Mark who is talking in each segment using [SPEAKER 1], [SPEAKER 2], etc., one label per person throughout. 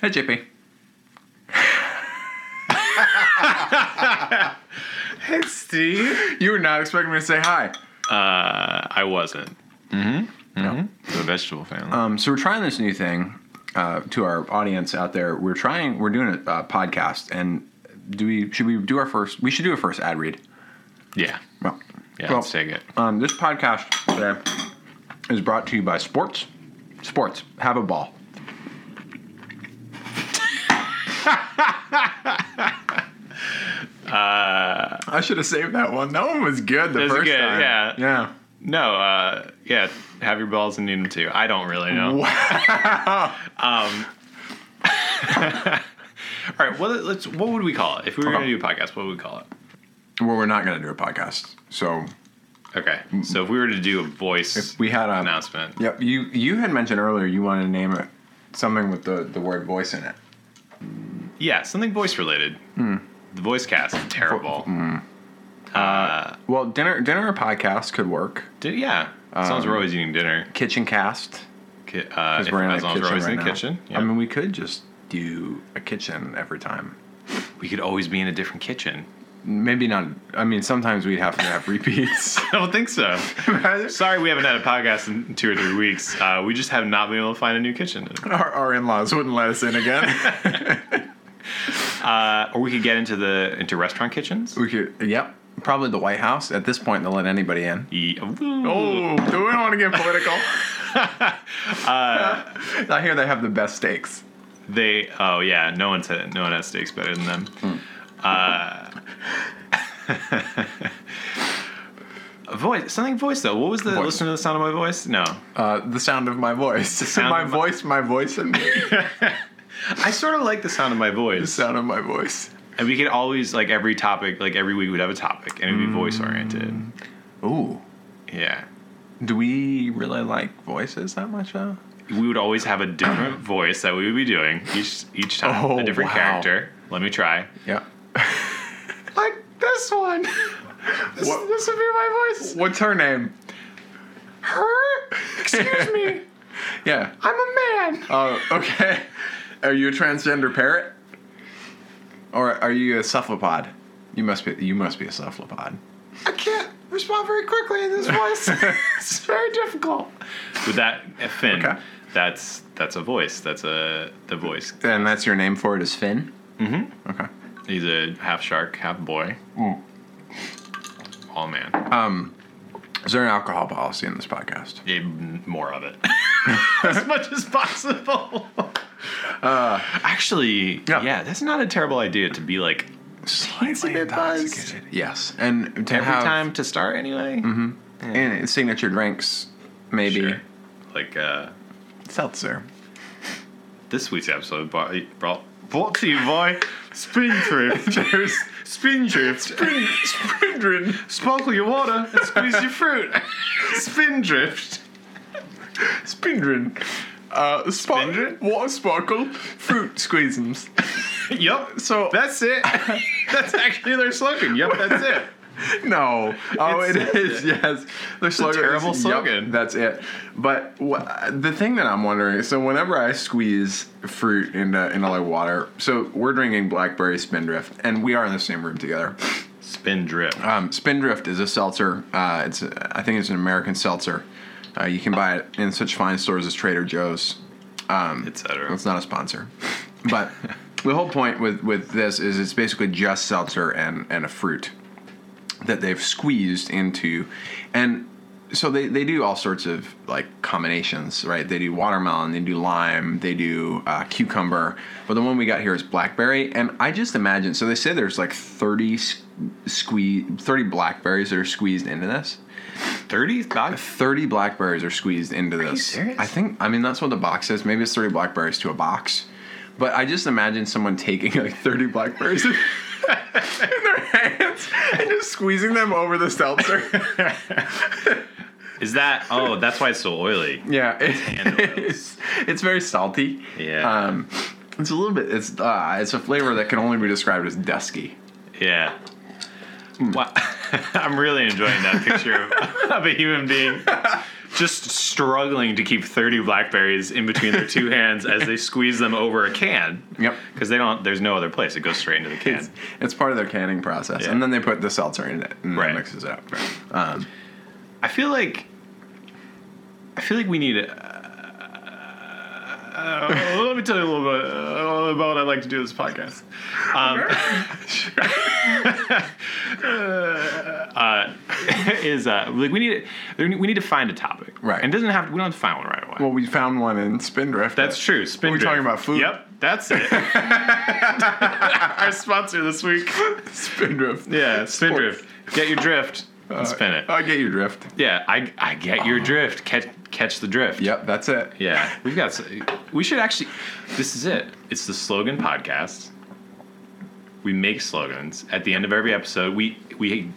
[SPEAKER 1] Hey, JP.
[SPEAKER 2] Hey, Steve.
[SPEAKER 1] You were not expecting me to say hi.
[SPEAKER 2] Uh, I wasn't.
[SPEAKER 1] No.
[SPEAKER 2] The vegetable family.
[SPEAKER 1] Mm-hmm. Um, so we're trying this new thing uh, to our audience out there. We're trying. We're doing a uh, podcast, and do we should we do our first? We should do a first ad read.
[SPEAKER 2] yeah.
[SPEAKER 1] Well,
[SPEAKER 2] Yeah,
[SPEAKER 1] well,
[SPEAKER 2] let's take it.
[SPEAKER 1] Um, this podcast today is brought to you by Sports. Sports, have a ball. I should have saved that one. That one Uh, was good the
[SPEAKER 2] It was
[SPEAKER 1] first
[SPEAKER 2] good,
[SPEAKER 1] time.
[SPEAKER 2] yeah.
[SPEAKER 1] yeah.
[SPEAKER 2] No, uh, yeah, have your balls and eat them too. I don't really know. Um, All right, well, let's. What would we call it if we were
[SPEAKER 1] Okay.
[SPEAKER 2] going to do a podcast? What would we call it?
[SPEAKER 1] Well, we're not going to do a podcast, so
[SPEAKER 2] Okay, so if we were to do a voice
[SPEAKER 1] Mm. if we had a
[SPEAKER 2] announcement,
[SPEAKER 1] Yep. You you had mentioned earlier you wanted to name it something with the, the word voice in it.
[SPEAKER 2] yeah, something voice related.
[SPEAKER 1] Mm.
[SPEAKER 2] The voice cast terrible.
[SPEAKER 1] Well, dinner dinner or podcast could work.
[SPEAKER 2] Did, yeah, as long as we're always eating dinner.
[SPEAKER 1] Kitchen cast.
[SPEAKER 2] Ki- Uh,
[SPEAKER 1] Because
[SPEAKER 2] if-
[SPEAKER 1] Um, we're in
[SPEAKER 2] as
[SPEAKER 1] the
[SPEAKER 2] long
[SPEAKER 1] kitchen
[SPEAKER 2] as we're always
[SPEAKER 1] right
[SPEAKER 2] in the
[SPEAKER 1] now.
[SPEAKER 2] kitchen. Yeah.
[SPEAKER 1] I mean, we could just do a kitchen every time.
[SPEAKER 2] we could always be in a different kitchen.
[SPEAKER 1] Maybe not. I mean, sometimes we'd have to have repeats.
[SPEAKER 2] I don't think so. Sorry, we haven't had a podcast in two or three weeks. Uh, we just have not been able to find a new kitchen,
[SPEAKER 1] our, our in-laws wouldn't let us in again.
[SPEAKER 2] uh, or we could get into the into restaurant kitchens.
[SPEAKER 1] we could. Yep. Probably the White House. At this point, they'll let anybody in.
[SPEAKER 2] Ye-
[SPEAKER 1] Oh, do we want to get political? Uh, I hear they have the best steaks.
[SPEAKER 2] They oh yeah, no one's had, no one has steaks better than them. Uh, voice something voice though. What was the
[SPEAKER 1] Voice.
[SPEAKER 2] listen to the sound of my voice? No,
[SPEAKER 1] Uh, the sound of my voice.
[SPEAKER 2] sound
[SPEAKER 1] my
[SPEAKER 2] of my-
[SPEAKER 1] voice, my voice, and me.
[SPEAKER 2] I sort of like the sound of my
[SPEAKER 1] the
[SPEAKER 2] voice.
[SPEAKER 1] sound of my voice.
[SPEAKER 2] And we could always like every topic, like every week we'd have a topic, and it'd be voice oriented.
[SPEAKER 1] Ooh.
[SPEAKER 2] Yeah,
[SPEAKER 1] Do we really like voices that much, though?
[SPEAKER 2] we would always have a different voice that we would be doing each each time,
[SPEAKER 1] Oh,
[SPEAKER 2] a different
[SPEAKER 1] wow.
[SPEAKER 2] character. Let me try.
[SPEAKER 1] Yeah.
[SPEAKER 2] Like this one. This,
[SPEAKER 1] What-
[SPEAKER 2] this would be my voice.
[SPEAKER 1] What's her name?
[SPEAKER 2] Her? Excuse me.
[SPEAKER 1] Yeah.
[SPEAKER 2] I'm a man.
[SPEAKER 1] Oh, okay. Are you a transgender parrot? Or are you a cephalopod? You must be. You must be a cephalopod.
[SPEAKER 2] I can't respond very quickly in this voice. it's very difficult. With that uh, Finn,
[SPEAKER 1] Okay.
[SPEAKER 2] that's that's a voice. That's a the voice.
[SPEAKER 1] And that's your name for it is Finn. Mm-hmm. Okay.
[SPEAKER 2] He's a half shark, half boy. All man.
[SPEAKER 1] Is there an alcohol policy in this podcast?
[SPEAKER 2] Yeah, m- more of it. as much as possible. Uh, Actually,
[SPEAKER 1] yeah.
[SPEAKER 2] yeah. that's not a terrible idea to be like
[SPEAKER 1] Slightly
[SPEAKER 2] bit buzzed.
[SPEAKER 1] Yes, and to
[SPEAKER 2] every
[SPEAKER 1] have
[SPEAKER 2] time to start anyway. Mm-hmm.
[SPEAKER 1] and signature drinks, maybe
[SPEAKER 2] Like uh,
[SPEAKER 1] seltzer.
[SPEAKER 2] this week's episode brought, brought, brought to you by Spindrift. There's Spindrift. Spin, spindrift. Sparkle your water and squeeze your fruit. Spindrift.
[SPEAKER 1] Spindrin. Uh, spark-
[SPEAKER 2] Spindrin?
[SPEAKER 1] Water sparkle, fruit squeezums.
[SPEAKER 2] Yup.
[SPEAKER 1] So
[SPEAKER 2] That's it. that's actually their slogan. Yup, that's it.
[SPEAKER 1] No. Oh, it
[SPEAKER 2] It's-
[SPEAKER 1] is. Yes. The slogan. is-
[SPEAKER 2] terrible
[SPEAKER 1] yup,
[SPEAKER 2] slogan.
[SPEAKER 1] that's it. But wha- the thing that I'm wondering, so whenever I squeeze fruit into into like water, so we're drinking blackberry spindrift, and we are in the same room together.
[SPEAKER 2] Spindrift.
[SPEAKER 1] Um, spindrift is a seltzer. Uh, it's a- I think it's an American seltzer. Uh, you can buy it in such fine stores as Trader Joe's.
[SPEAKER 2] Etc.
[SPEAKER 1] It's not a sponsor, but the whole point with with this is it's basically just seltzer and and a fruit that they've squeezed into, and so they they do all sorts of like combinations, right? They do watermelon, they do lime, they do uh, cucumber, but the one we got here is blackberry, and I just imagine. So they say there's like thirty squeeze thirty blackberries that are squeezed into this.
[SPEAKER 2] 30s dog
[SPEAKER 1] 30 blackberries are squeezed into this.
[SPEAKER 2] serious?
[SPEAKER 1] I think I mean that's what the box says. Maybe it's 30 blackberries to a box. But I just imagine someone taking like 30 blackberries in their hands and just squeezing them over the seltzer.
[SPEAKER 2] Is that? Oh, that's why it's so oily.
[SPEAKER 1] yeah, it-
[SPEAKER 2] Hand
[SPEAKER 1] it's, it's very salty.
[SPEAKER 2] Yeah.
[SPEAKER 1] Um, it's a little bit it's uh, it's a flavor that can only be described as dusky.
[SPEAKER 2] Yeah. Wow. I'm really enjoying that picture of, of a human being just struggling to keep 30 blackberries in between their two hands as they squeeze them over a can.
[SPEAKER 1] Yep.
[SPEAKER 2] Because they don't. There's no other place. It goes straight into the can.
[SPEAKER 1] It's, it's part of their canning process,
[SPEAKER 2] Yeah.
[SPEAKER 1] and then they put the seltzer in it and
[SPEAKER 2] Right.
[SPEAKER 1] that mixes it up.
[SPEAKER 2] I feel like. I feel like we need. A, uh, let me tell you a little bit uh, about what I like to do this podcast. Um, is uh, like we need to, we need to find a topic,
[SPEAKER 1] Right.
[SPEAKER 2] And it doesn't have we don't have to find one right away.
[SPEAKER 1] Well, we found one in Spindrift.
[SPEAKER 2] That's true. Spin
[SPEAKER 1] We're
[SPEAKER 2] drift.
[SPEAKER 1] talking about food.
[SPEAKER 2] Yep, that's it. Our sponsor this week.
[SPEAKER 1] Spindrift.
[SPEAKER 2] Yeah, spin
[SPEAKER 1] Sport.
[SPEAKER 2] drift. Get your drift
[SPEAKER 1] Uh,
[SPEAKER 2] and spin it.
[SPEAKER 1] I get you drift.
[SPEAKER 2] Yeah, I, I get
[SPEAKER 1] uh,
[SPEAKER 2] your drift. Catch catch the drift.
[SPEAKER 1] Yep, that's it.
[SPEAKER 2] Yeah, we've got. s- We should actually. This is it. It's the slogan podcast. We make slogans at the end of every episode. We we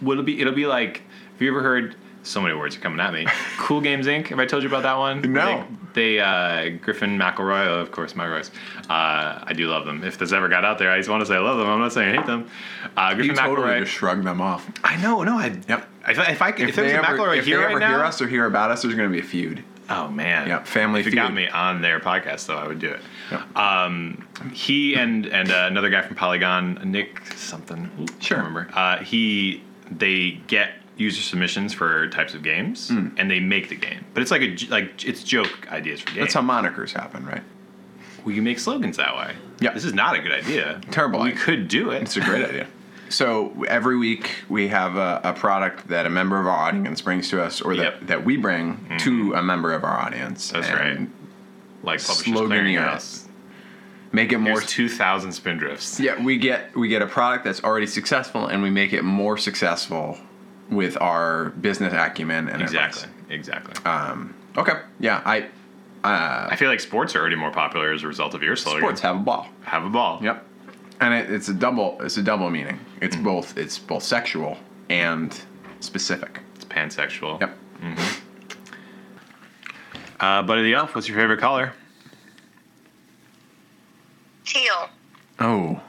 [SPEAKER 2] will it be it'll be like. Have you ever heard? So many words are coming at me. Cool Games Inc. Have I told you about that one?
[SPEAKER 1] No.
[SPEAKER 2] They, they uh, Griffin McElroy, oh, of course, McElroy's. Uh, I do love them. If this ever got out there, I just want to say I love them. I'm not saying I hate them. Uh,
[SPEAKER 1] You
[SPEAKER 2] Griffin
[SPEAKER 1] totally
[SPEAKER 2] McElroy.
[SPEAKER 1] just shrug them off.
[SPEAKER 2] I know. No, I.
[SPEAKER 1] Yep.
[SPEAKER 2] If, I- if I if, if
[SPEAKER 1] they
[SPEAKER 2] there's a
[SPEAKER 1] ever,
[SPEAKER 2] McElroy
[SPEAKER 1] if
[SPEAKER 2] here
[SPEAKER 1] they
[SPEAKER 2] right
[SPEAKER 1] ever
[SPEAKER 2] now,
[SPEAKER 1] hear us or hear about us, there's going to be a feud.
[SPEAKER 2] Oh man.
[SPEAKER 1] Yep, Family
[SPEAKER 2] If it
[SPEAKER 1] Feud.
[SPEAKER 2] got me on their podcast though, I would do it.
[SPEAKER 1] Yep.
[SPEAKER 2] Um, he and and uh, another guy from Polygon, Nick something. Ooh, can't
[SPEAKER 1] Sure.
[SPEAKER 2] remember. Uh, he they get user submissions for types of games
[SPEAKER 1] Hmm.
[SPEAKER 2] and they make the game. But it's like a j- like it's joke ideas for games.
[SPEAKER 1] That's how monikers happen, right?
[SPEAKER 2] we can make slogans that way.
[SPEAKER 1] Yep.
[SPEAKER 2] This is not a good idea.
[SPEAKER 1] Terrible
[SPEAKER 2] We
[SPEAKER 1] idea.
[SPEAKER 2] could do it.
[SPEAKER 1] It's a great idea. So every week we have a, a product that a member of our audience brings to us, or that,
[SPEAKER 2] Yep. Mm-hmm.
[SPEAKER 1] that we bring to a member of our audience.
[SPEAKER 2] That's
[SPEAKER 1] and
[SPEAKER 2] like publishers
[SPEAKER 1] Slogan
[SPEAKER 2] clearinghouse.
[SPEAKER 1] Make it more.
[SPEAKER 2] There's two thousand spin drifts.
[SPEAKER 1] yeah, we get we get a product that's already successful, and we make it more successful with our business acumen and
[SPEAKER 2] Exactly.
[SPEAKER 1] advice.
[SPEAKER 2] Exactly.
[SPEAKER 1] Uh, Okay. Yeah. I
[SPEAKER 2] I feel like sports are already more popular as a result of your slogan.
[SPEAKER 1] sports have a ball.
[SPEAKER 2] Have a ball.
[SPEAKER 1] Yep. And it, it's a double. It's a double meaning. It's both. It's both sexual and specific.
[SPEAKER 2] It's pansexual.
[SPEAKER 1] Yep.
[SPEAKER 2] Uh, Buddy the Elf, what's your favorite color?
[SPEAKER 3] Teal.
[SPEAKER 1] Oh.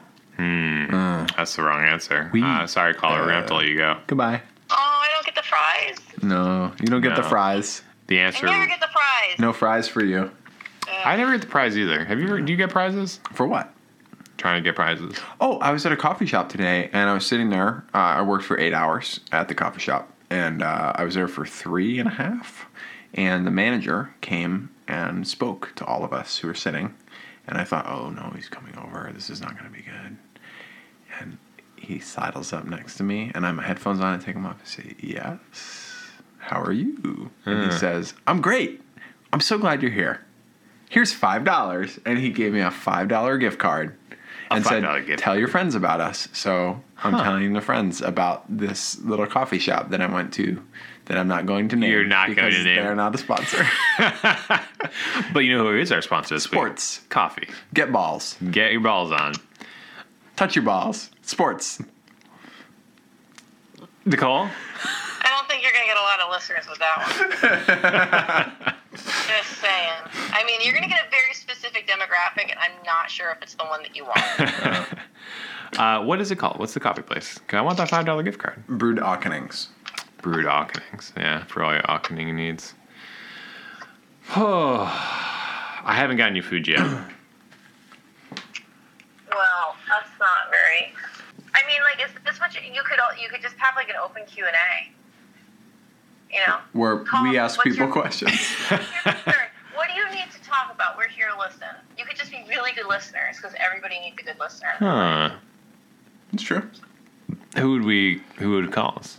[SPEAKER 2] That's the wrong answer.
[SPEAKER 1] We-
[SPEAKER 2] uh, sorry, caller. We're going to have to let you go.
[SPEAKER 1] Goodbye.
[SPEAKER 3] Oh, I don't get the fries.
[SPEAKER 1] No, you don't get the
[SPEAKER 2] No.
[SPEAKER 1] fries.
[SPEAKER 2] The
[SPEAKER 3] I
[SPEAKER 2] answer.
[SPEAKER 3] never get the fries.
[SPEAKER 1] No fries for you.
[SPEAKER 2] I never get the prize either. Have you ever? Do you get prizes?
[SPEAKER 1] For what?
[SPEAKER 2] Trying to get prizes.
[SPEAKER 1] Oh, I was at a coffee shop today, and I was sitting there. Uh, I worked for eight hours at the coffee shop, and uh, I was there for three and a half. And the manager came and spoke to all of us who were sitting, and I thought, oh no, he's coming over. This is not going to be good. And he sidles up next to me, and I have my headphones on. I take them off. I say, yes. How are you? And
[SPEAKER 2] Hmm.
[SPEAKER 1] he says, I'm great. I'm so glad you're here. Here's five dollars, and he gave me a five dollar gift card, and said,
[SPEAKER 2] $5 gift
[SPEAKER 1] "Tell your friends about us." So I'm
[SPEAKER 2] Huh.
[SPEAKER 1] telling the friends about this little coffee shop that I went to, that I'm not going to name.
[SPEAKER 2] You're not going to
[SPEAKER 1] because
[SPEAKER 2] name.
[SPEAKER 1] They're not a sponsor.
[SPEAKER 2] But you know who is our sponsor this week?
[SPEAKER 1] Sports.
[SPEAKER 2] Coffee.
[SPEAKER 1] Get balls.
[SPEAKER 2] Get your balls on.
[SPEAKER 1] Touch your balls. Sports.
[SPEAKER 2] Nicole?
[SPEAKER 3] I don't think you're gonna get a lot of listeners with that one. Just saying. I mean, you're gonna get a very specific demographic, and I'm not sure if it's the one that you want.
[SPEAKER 2] Uh, what is it called? What's the coffee place? 'Cause I want that $5 gift card.
[SPEAKER 1] Brood Ockenings.
[SPEAKER 2] Brewed Ockenings. Yeah, for all your Ockening needs. Oh, I haven't gotten you food yet.
[SPEAKER 3] well, that's not very. I mean, like, is this what you, you could all, you could just have like an open Q and A. You know.
[SPEAKER 1] Where
[SPEAKER 3] Call-
[SPEAKER 1] we ask
[SPEAKER 3] what's
[SPEAKER 1] people
[SPEAKER 3] your-
[SPEAKER 1] questions.
[SPEAKER 3] What's your concern? What do you need to talk about? We're here to listen. You could just be really good listeners because everybody needs a good listener.
[SPEAKER 2] Huh.
[SPEAKER 1] It's true.
[SPEAKER 2] Who would we? Who would call us?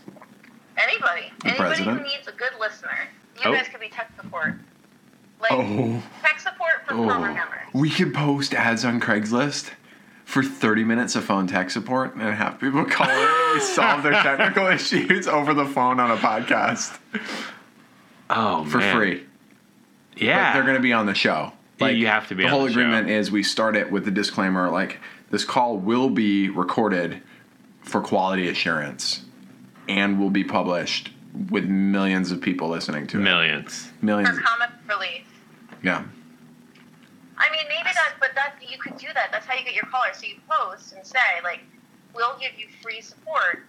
[SPEAKER 3] Anybody.
[SPEAKER 1] The
[SPEAKER 3] Anybody
[SPEAKER 1] president?
[SPEAKER 3] who needs a good listener. You
[SPEAKER 2] Oh.
[SPEAKER 3] guys could be tech support. Like
[SPEAKER 1] Oh.
[SPEAKER 3] tech support for program
[SPEAKER 1] Oh,
[SPEAKER 3] members.
[SPEAKER 1] we could post ads on Craigslist for 30 minutes of phone tech support and have people call in and we solve their technical issues over the phone on a podcast
[SPEAKER 2] Oh,
[SPEAKER 1] for free.
[SPEAKER 2] Yeah,
[SPEAKER 1] But they're going to be on the show.
[SPEAKER 2] Yeah, you have to be
[SPEAKER 1] The
[SPEAKER 2] on
[SPEAKER 1] whole
[SPEAKER 2] the show.
[SPEAKER 1] agreement is we start it with the disclaimer like this call will be recorded for quality assurance and will be published with millions of people listening to it.
[SPEAKER 2] millions.
[SPEAKER 1] Millions.
[SPEAKER 3] For comic relief.
[SPEAKER 1] Yeah.
[SPEAKER 3] I mean maybe that's but that's you could do that. That's how you get your callers. So you post and say, like, we'll give you free support.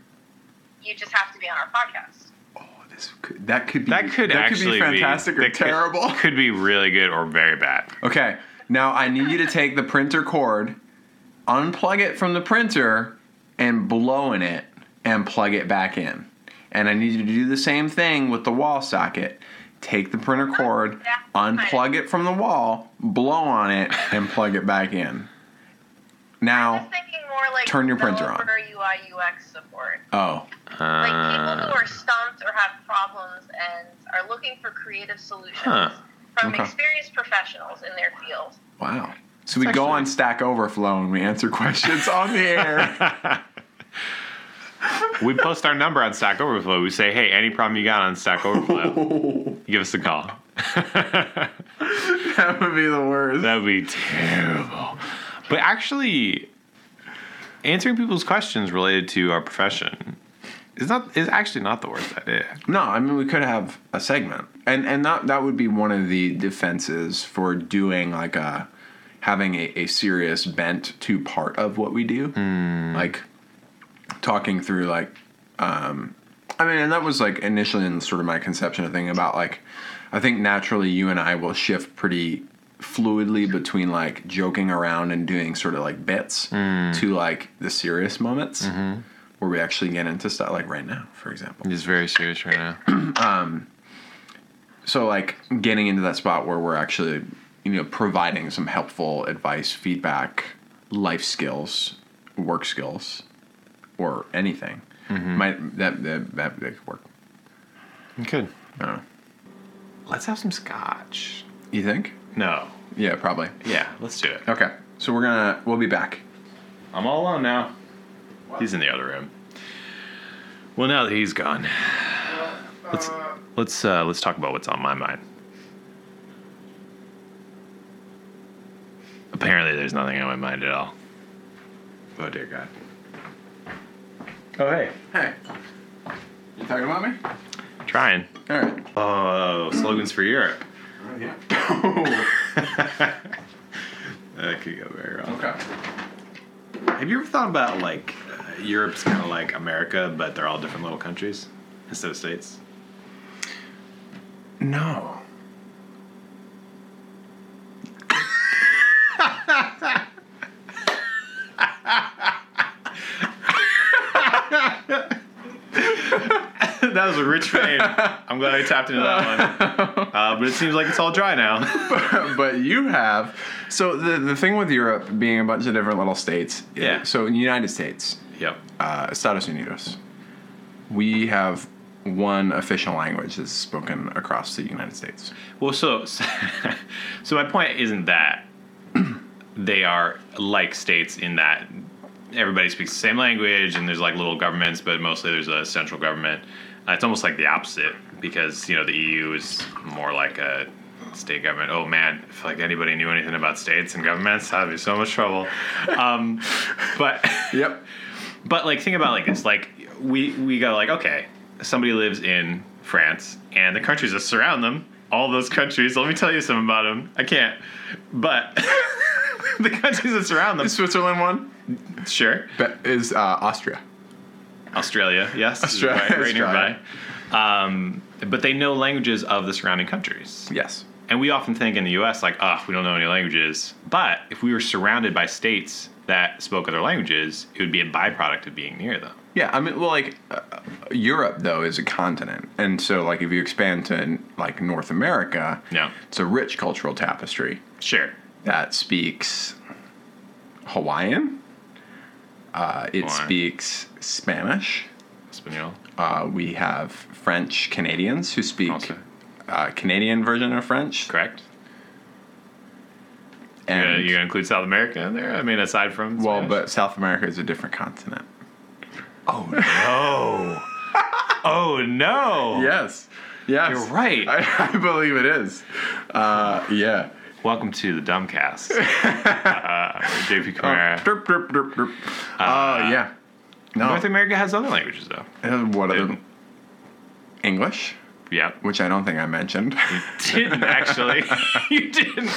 [SPEAKER 3] You just have to be on our podcast.
[SPEAKER 1] Oh, this could, that could be
[SPEAKER 2] That could
[SPEAKER 1] be
[SPEAKER 2] actually
[SPEAKER 1] fantastic or
[SPEAKER 2] that could-
[SPEAKER 1] terrible.
[SPEAKER 2] Could, be really good or very bad.
[SPEAKER 1] Okay, now I need you to take the printer cord, unplug it from the printer, and blow in it and plug it back in. And I need you to do the same thing with the wall socket. Take the printer cord,
[SPEAKER 3] Yeah.
[SPEAKER 1] unplug it from the wall, blow on it, and plug it back in.
[SPEAKER 3] I was
[SPEAKER 1] Now,
[SPEAKER 3] thinking more like
[SPEAKER 1] Oh. Turn your printer on.
[SPEAKER 3] developer UI UX support.
[SPEAKER 1] oh,
[SPEAKER 3] Like people
[SPEAKER 2] Uh,
[SPEAKER 3] who are stumped or have problems and are looking for creative solutions
[SPEAKER 2] Huh.
[SPEAKER 3] from
[SPEAKER 1] Okay.
[SPEAKER 3] experienced professionals in their field.
[SPEAKER 1] wow. So we
[SPEAKER 2] It's
[SPEAKER 1] go
[SPEAKER 2] actually-
[SPEAKER 1] on Stack Overflow and we answer questions on the air.
[SPEAKER 2] we post our number on Stack Overflow. We say, hey, any problem you got on Stack Overflow, give us a call.
[SPEAKER 1] that would be the worst.
[SPEAKER 2] That would be terrible. But actually, answering people's questions related to our profession is not is actually not the worst idea.
[SPEAKER 1] No, I mean we could have a segment, and and that that would be one of the defenses for doing like a having a, a serious bent to part of what we do, like talking through like, um, I mean, and that was like initially in sort of my conception of thing about like, I think naturally you and I will shift pretty fluidly between like joking around and doing sort of like bits to like the serious moments where we actually get into stuff like right now, for example
[SPEAKER 2] It's very serious right now.
[SPEAKER 1] so like getting into that spot where we're actually you know providing some helpful advice feedback life skills work skills or anything might that that, that that could work
[SPEAKER 2] Good.
[SPEAKER 1] i don't know
[SPEAKER 2] Let's have some scotch.
[SPEAKER 1] you think
[SPEAKER 2] No.
[SPEAKER 1] yeah probably
[SPEAKER 2] Yeah, let's do it.
[SPEAKER 1] okay so we're gonna we'll be back
[SPEAKER 2] I'm all alone now. He's in the other room. Well, now that he's gone, let's let's uh, let's talk about what's on my mind. Apparently, there's nothing on my mind at all. Oh dear God. Oh hey,
[SPEAKER 1] hey you talking about me
[SPEAKER 2] trying.
[SPEAKER 1] all right
[SPEAKER 2] Oh, slogans for Europe.
[SPEAKER 1] yeah
[SPEAKER 2] That could go very wrong.
[SPEAKER 1] okay
[SPEAKER 2] Have you ever thought about like uh, Europe's kind of like America, but they're all different little countries instead of states?
[SPEAKER 1] no
[SPEAKER 2] that was a rich vein. I'm glad I tapped into that one. Uh, but it seems like it's all dry now.
[SPEAKER 1] but you have. So the the thing with Europe being a bunch of different little states.
[SPEAKER 2] Yeah.
[SPEAKER 1] So in the United States,
[SPEAKER 2] yep.
[SPEAKER 1] uh, Estados Unidos, we have one official language that's spoken across the United States.
[SPEAKER 2] Well, so so my point isn't that they are like states in that everybody speaks the same language and there's like little governments, but mostly there's a central government. Uh, it's almost like the opposite because you know the EU is more like a state government. Oh man, if like anybody knew anything about states and governments, that'd be so much trouble. Um, but.
[SPEAKER 1] Yep.
[SPEAKER 2] But like, think about it like this: like, we we go like, okay, somebody lives in France, and the countries that surround them, all those countries. Let me tell you some about them. I can't, but the countries that surround them,
[SPEAKER 1] Switzerland one
[SPEAKER 2] sure,
[SPEAKER 1] but is uh, Austria.
[SPEAKER 2] Australia, yes,
[SPEAKER 1] Australia,
[SPEAKER 2] right, right
[SPEAKER 1] Australia.
[SPEAKER 2] nearby. Um, but they know languages of the surrounding countries.
[SPEAKER 1] Yes.
[SPEAKER 2] And we often think in the US, like, ah, we don't know any languages. But if we were surrounded by states that spoke other languages, it would be a byproduct of being near them.
[SPEAKER 1] Yeah, I mean, well, like uh, Europe though is a continent, and so like if you expand to like North America,
[SPEAKER 2] Yeah.
[SPEAKER 1] it's a rich cultural tapestry.
[SPEAKER 2] Sure.
[SPEAKER 1] that speaks Hawaiian. Uh, it
[SPEAKER 2] Hawaiian.
[SPEAKER 1] speaks Spanish.
[SPEAKER 2] Espanol.
[SPEAKER 1] Uh, we have French Canadians who speak
[SPEAKER 2] Also.
[SPEAKER 1] uh, Canadian version of French.
[SPEAKER 2] Correct. You gonna,
[SPEAKER 1] And,
[SPEAKER 2] you gonna include South America in there? I mean, aside from
[SPEAKER 1] well,
[SPEAKER 2] Spanish?
[SPEAKER 1] but South America is a different continent.
[SPEAKER 2] oh, oh no!
[SPEAKER 1] Yes. Yes.
[SPEAKER 2] You're right.
[SPEAKER 1] I, I believe it is. Uh, yeah.
[SPEAKER 2] Welcome to the Dumbcast. uh, JP Camara.
[SPEAKER 1] Derp, derp, derp, derp. Uh, yeah. No.
[SPEAKER 2] North America has other languages though.
[SPEAKER 1] Uh, what other- English,
[SPEAKER 2] Yeah,
[SPEAKER 1] which I don't think I mentioned.
[SPEAKER 2] didn't actually. you didn't.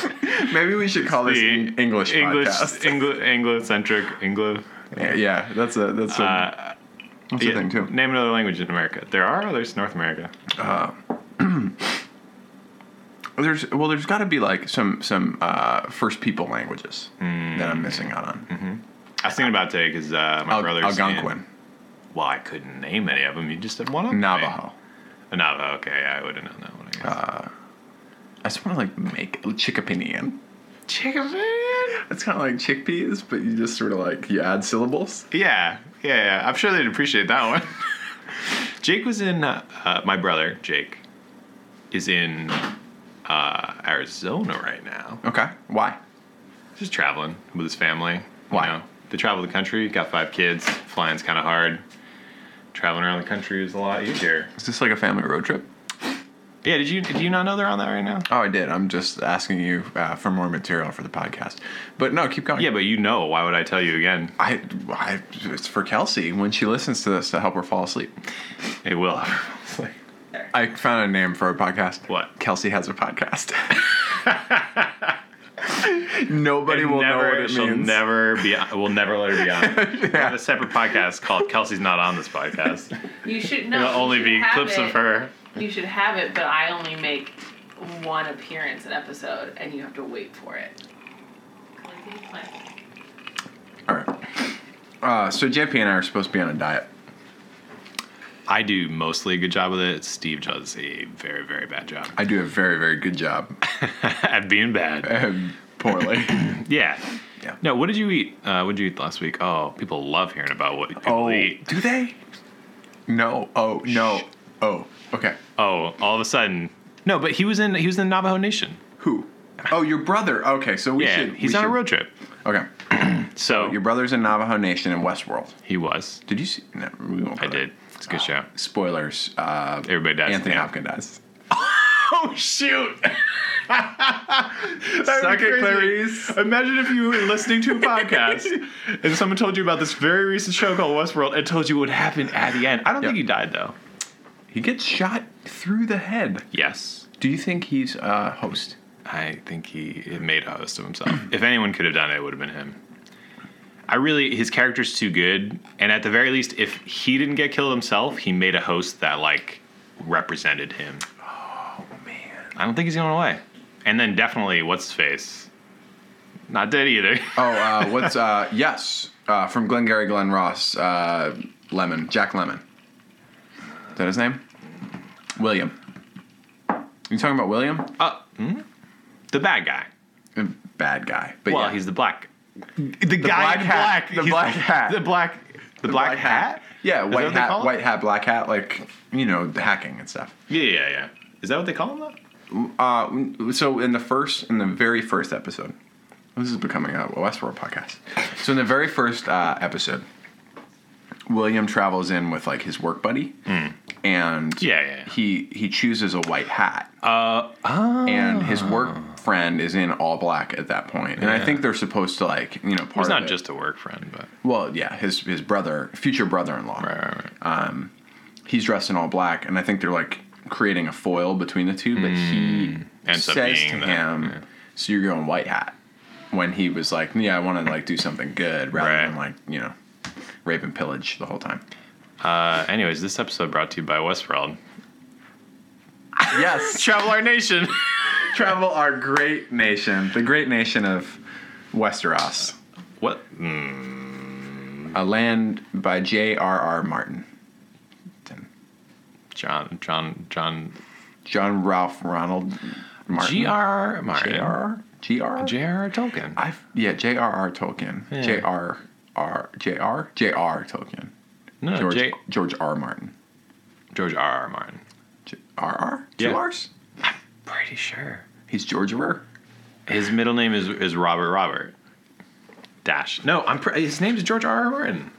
[SPEAKER 1] Maybe we should call this
[SPEAKER 2] The
[SPEAKER 1] an English
[SPEAKER 2] English,
[SPEAKER 1] podcast.
[SPEAKER 2] Anglo, Anglo-centric, Anglo.
[SPEAKER 1] Yeah, that's a that's a
[SPEAKER 2] Uh,
[SPEAKER 1] That's the thing, too.
[SPEAKER 2] Name another language in America. There are others in North America.
[SPEAKER 1] There's well, there's got to be like some some uh, first people languages that I'm missing out on.
[SPEAKER 2] I was thinking about it today because uh, my
[SPEAKER 1] Al-
[SPEAKER 2] brother's in-
[SPEAKER 1] Algonquin,
[SPEAKER 2] well, I couldn't name any of them. You just said one of them.
[SPEAKER 1] Navajo.
[SPEAKER 2] A Navajo. Okay, yeah, I would have known that one. I
[SPEAKER 1] I
[SPEAKER 2] guess.
[SPEAKER 1] just want to like make Chickapinian.
[SPEAKER 2] Chickapinian?
[SPEAKER 1] It's kind of like chickpeas, but you just sort of like you add syllables.
[SPEAKER 2] Yeah, yeah, yeah. I'm sure they'd appreciate that one. Jake was in. Uh, uh, my brother Jake is in uh, Arizona right now.
[SPEAKER 1] Okay, why?
[SPEAKER 2] Just traveling with his family. you
[SPEAKER 1] Why?
[SPEAKER 2] know. they travel the country. Got five kids. Flying's kind of hard. Traveling around the country is a lot easier.
[SPEAKER 1] Is this like a family road trip?
[SPEAKER 2] Yeah, did you did you not know they're on that right now?
[SPEAKER 1] Oh, I did. I'm just asking you uh, for more material for the podcast. But no, keep going.
[SPEAKER 2] Yeah, but you know. Why would I tell you again?
[SPEAKER 1] I, I, it's for Kelsey when she listens to this to help her fall asleep.
[SPEAKER 2] It will.
[SPEAKER 1] I found a name for our podcast.
[SPEAKER 2] What?
[SPEAKER 1] Kelsey has a podcast. Nobody will
[SPEAKER 2] never,
[SPEAKER 1] know what it
[SPEAKER 2] she'll
[SPEAKER 1] means.
[SPEAKER 2] never be. We'll never let her be on. We have
[SPEAKER 1] Yeah.
[SPEAKER 2] a separate podcast called "Kelsey's Not on This Podcast."
[SPEAKER 4] You should no,
[SPEAKER 2] It'll
[SPEAKER 4] you
[SPEAKER 2] only
[SPEAKER 4] should
[SPEAKER 2] be
[SPEAKER 4] have
[SPEAKER 2] clips
[SPEAKER 4] it.
[SPEAKER 2] of her.
[SPEAKER 4] You should have it, but I only make one appearance an episode, and you have to wait for it.
[SPEAKER 1] All right. Uh, so JP and I are supposed to be on a diet.
[SPEAKER 2] I do mostly a good job with it. Steve does a very, very bad job
[SPEAKER 1] I do a very, very good job.
[SPEAKER 2] at being bad.
[SPEAKER 1] Um, poorly.
[SPEAKER 2] Oh. Yeah.
[SPEAKER 1] Yeah.
[SPEAKER 2] No, what did you eat? Uh, what did you eat last week? Oh, people love hearing about what people
[SPEAKER 1] oh,
[SPEAKER 2] eat.
[SPEAKER 1] do they? No. Oh no. Oh. Okay.
[SPEAKER 2] Oh, all of a sudden. No, but he was in he was in the Navajo Nation.
[SPEAKER 1] Who? Oh, your brother. Okay, so we
[SPEAKER 2] yeah,
[SPEAKER 1] should. we
[SPEAKER 2] he's on
[SPEAKER 1] should-
[SPEAKER 2] a road trip.
[SPEAKER 1] Okay,
[SPEAKER 2] So
[SPEAKER 1] your brother's in Navajo Nation in Westworld.
[SPEAKER 2] he was.
[SPEAKER 1] Did you see? No, we won't.
[SPEAKER 2] I
[SPEAKER 1] go there.
[SPEAKER 2] did. It's a good show.
[SPEAKER 1] Spoilers. Uh,
[SPEAKER 2] Everybody dies.
[SPEAKER 1] Ah. Anthony
[SPEAKER 2] Yeah.
[SPEAKER 1] Hopkins dies.
[SPEAKER 2] Oh shoot!
[SPEAKER 1] Suck it, Clarice.
[SPEAKER 2] Imagine if you were listening to a podcast and someone told you about this very recent show called Westworld and told you what happened at the end. I don't
[SPEAKER 1] Yeah.
[SPEAKER 2] think he died though.
[SPEAKER 1] He gets shot through the head.
[SPEAKER 2] Yes,
[SPEAKER 1] Do you think he's a uh, host?
[SPEAKER 2] I think he made a host of himself. if anyone could have done it, it would have been him. I really his character's too good, and at the very least, if he didn't get killed himself, he made a host that like represented him.
[SPEAKER 1] Man.
[SPEAKER 2] I don't think he's going away. And then definitely, what's his face? Not dead either.
[SPEAKER 1] Oh, uh, what's uh, yes uh, from Glengarry Glen Ross? Uh, Lemon, Jack Lemon. Is that his name? William. You talking about William?
[SPEAKER 2] Uh, hmm? The bad guy.
[SPEAKER 1] A bad guy, but
[SPEAKER 2] well,
[SPEAKER 1] yeah.
[SPEAKER 2] he's the black. The
[SPEAKER 1] black
[SPEAKER 2] guy
[SPEAKER 1] hat.
[SPEAKER 2] in black.
[SPEAKER 1] The
[SPEAKER 2] He's-
[SPEAKER 1] black hat.
[SPEAKER 2] The black. The, black, hat.
[SPEAKER 1] Yeah,
[SPEAKER 2] Is that
[SPEAKER 1] white
[SPEAKER 2] what they call
[SPEAKER 1] hat,
[SPEAKER 2] it?
[SPEAKER 1] white hat, black hat, like you know, the hacking and stuff.
[SPEAKER 2] Yeah, yeah, yeah. Is that what they call him though?
[SPEAKER 1] Uh, so in the first, in the very first episode, this is becoming a Westworld podcast. So in the very first uh, episode, William travels in with like his work buddy, and
[SPEAKER 2] Hmm. Yeah, yeah, yeah.
[SPEAKER 1] he he chooses a white hat,
[SPEAKER 2] Uh, oh.
[SPEAKER 1] and his work friend is in all black at that point. And I
[SPEAKER 2] Yeah.
[SPEAKER 1] think they're supposed to like you know part.
[SPEAKER 2] he's
[SPEAKER 1] of
[SPEAKER 2] not
[SPEAKER 1] it-
[SPEAKER 2] just a work friend, but
[SPEAKER 1] well, yeah, his his brother, future brother-in-law.
[SPEAKER 2] right, right, right.
[SPEAKER 1] he's dressed in all black, and I think they're like creating a foil between the two. But he
[SPEAKER 2] Hmm. Ends up
[SPEAKER 1] says
[SPEAKER 2] being
[SPEAKER 1] to
[SPEAKER 2] the-
[SPEAKER 1] him,
[SPEAKER 2] yeah.
[SPEAKER 1] "So you're going white hat?" When he was like, "Yeah, I want to like do something good rather
[SPEAKER 2] Right.
[SPEAKER 1] than like you know, rape and pillage the whole time."
[SPEAKER 2] Uh, anyways, this episode brought to you by Westworld.
[SPEAKER 1] Yes,
[SPEAKER 2] Travel our nation.
[SPEAKER 1] travel our great nation, the great nation of Westeros,
[SPEAKER 2] what? Hmm. Mm,
[SPEAKER 1] a land by J.R.R. Martin,
[SPEAKER 2] John. John. John.
[SPEAKER 1] John Ralph Ronald Martin,
[SPEAKER 2] G.R. Martin.
[SPEAKER 1] J.R.R. G.R.
[SPEAKER 2] J.R.R. Tolkien.
[SPEAKER 1] I've yeah, J.R.R. Tolkien.
[SPEAKER 2] Yeah.
[SPEAKER 1] J.R.R. J.R. J.R. Tolkien.
[SPEAKER 2] no,
[SPEAKER 1] George
[SPEAKER 2] J-
[SPEAKER 1] George R. Martin.
[SPEAKER 2] George R.R. Martin.
[SPEAKER 1] J- R. R. Two
[SPEAKER 2] Yeah.
[SPEAKER 1] R's.
[SPEAKER 2] Pretty sure.
[SPEAKER 1] He's George R.
[SPEAKER 2] His middle name is is Robert Robert. Dash. No, I'm. Pre- his name's George R. R. Martin.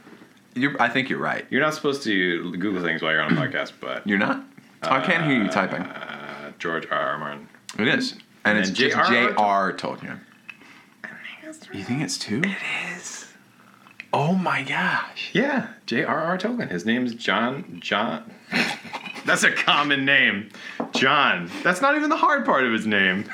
[SPEAKER 1] You're, I think you're right.
[SPEAKER 2] You're not supposed to Google things while you're on a podcast, but
[SPEAKER 1] You're not. I can't hear you typing.
[SPEAKER 2] uh, George R. R. Martin.
[SPEAKER 1] It is, and it's
[SPEAKER 2] and
[SPEAKER 1] just
[SPEAKER 2] J.R.R.
[SPEAKER 1] J.R. Tolkien. You think it's two? It is. Oh my gosh.
[SPEAKER 2] Yeah, J.R.R. Tolkien. His name's John. John. That's a common name, John. That's not even the hard part of his name.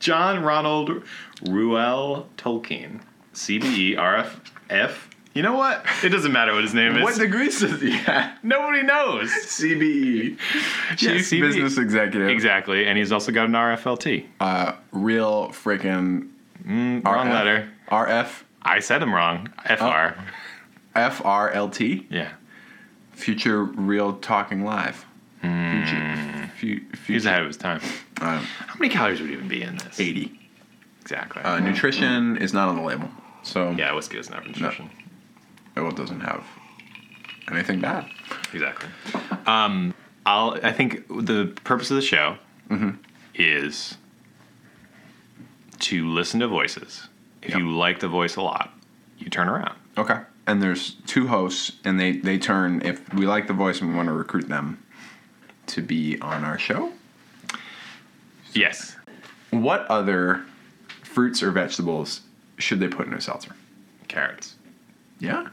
[SPEAKER 2] John Ronald Ruel Tolkien. C B E R F F You know what? It doesn't matter what his name is.
[SPEAKER 1] What degree does he have?
[SPEAKER 2] Nobody knows. E.
[SPEAKER 1] CBE,
[SPEAKER 2] Yeah,
[SPEAKER 1] Chief
[SPEAKER 2] CBE.
[SPEAKER 1] Business Executive.
[SPEAKER 2] Exactly, and he's also got an RFLT.
[SPEAKER 1] Uh, real freaking
[SPEAKER 2] Wrong
[SPEAKER 1] RF.
[SPEAKER 2] letter.
[SPEAKER 1] RF
[SPEAKER 2] I said him wrong. FR.
[SPEAKER 1] FRLT.
[SPEAKER 2] Yeah.
[SPEAKER 1] Future Real Talking Live. Future, fu-
[SPEAKER 2] Hmm. He's
[SPEAKER 1] future
[SPEAKER 2] ahead of his time.
[SPEAKER 1] uh,
[SPEAKER 2] How many calories would even be in this?
[SPEAKER 1] 80.
[SPEAKER 2] Exactly.
[SPEAKER 1] Uh, nutrition is not on the label, so
[SPEAKER 2] yeah, whiskey is not nutrition.
[SPEAKER 1] well, it doesn't have anything bad.
[SPEAKER 2] Exactly. Um, I'll. I think the purpose of the show
[SPEAKER 1] Mm-hmm.
[SPEAKER 2] is to listen to voices. If
[SPEAKER 1] Yep.
[SPEAKER 2] you like the voice a lot, you turn around.
[SPEAKER 1] Okay. And there's two hosts, and they they turn if we like the voice and we want to recruit them to be on our show.
[SPEAKER 2] Yes.
[SPEAKER 1] What other fruits or vegetables should they put in a seltzer?
[SPEAKER 2] Carrots.
[SPEAKER 1] Yeah,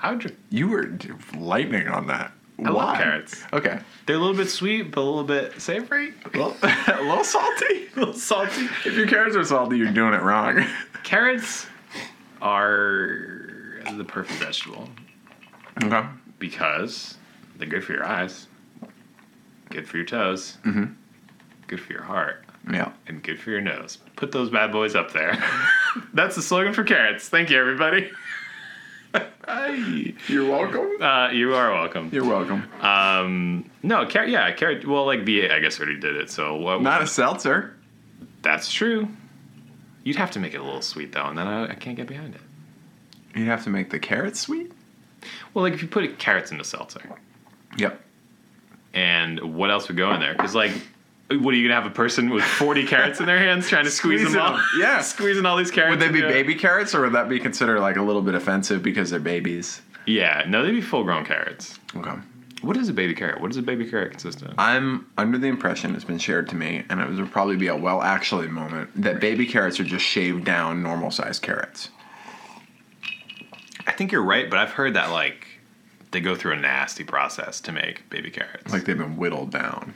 [SPEAKER 2] I would. dr-
[SPEAKER 1] you were d- lightning on that.
[SPEAKER 2] I love carrots.
[SPEAKER 1] Okay.
[SPEAKER 2] They're a little bit sweet, but a little bit savory.
[SPEAKER 1] Well, a little salty.
[SPEAKER 2] A little salty.
[SPEAKER 1] If your carrots are salty, you're doing it wrong.
[SPEAKER 2] Carrots are the perfect vegetable
[SPEAKER 1] okay.
[SPEAKER 2] because they're good for your eyes, good for your toes, good for your heart,
[SPEAKER 1] Yeah.
[SPEAKER 2] and good for your nose. Put those bad boys up there. That's the slogan for carrots. Thank you, everybody. Hi.
[SPEAKER 1] You're welcome.
[SPEAKER 2] Uh, you are welcome.
[SPEAKER 1] You're welcome.
[SPEAKER 2] Um, no, car- yeah, carrot. Well, like VA, I guess already did it. So what?
[SPEAKER 1] Not a seltzer.
[SPEAKER 2] that's true. You'd have to make it a little sweet though, and then I, I can't get behind it.
[SPEAKER 1] You'd have to make the carrots sweet.
[SPEAKER 2] Well, like if you put carrots in the seltzer,
[SPEAKER 1] Yep.
[SPEAKER 2] and what else would go in there? Because like, what are you gonna have a person with forty carrots in their hands trying to squeeze them
[SPEAKER 1] Squeezing
[SPEAKER 2] all?
[SPEAKER 1] them, yeah.
[SPEAKER 2] squeezing all these carrots.
[SPEAKER 1] Would they be
[SPEAKER 2] into-
[SPEAKER 1] baby carrots, or would that be considered like a little bit offensive because they're babies?
[SPEAKER 2] Yeah, no, they'd be full-grown carrots.
[SPEAKER 1] Okay.
[SPEAKER 2] What is a baby carrot? What does a baby carrot consist of?
[SPEAKER 1] I'm under the impression it's been shared to me, and it would probably be a well actually moment that baby carrots are just shaved down normal sized carrots.
[SPEAKER 2] I think you're right, but I've heard that like they go through a nasty process to make baby carrots.
[SPEAKER 1] Like they've been whittled down.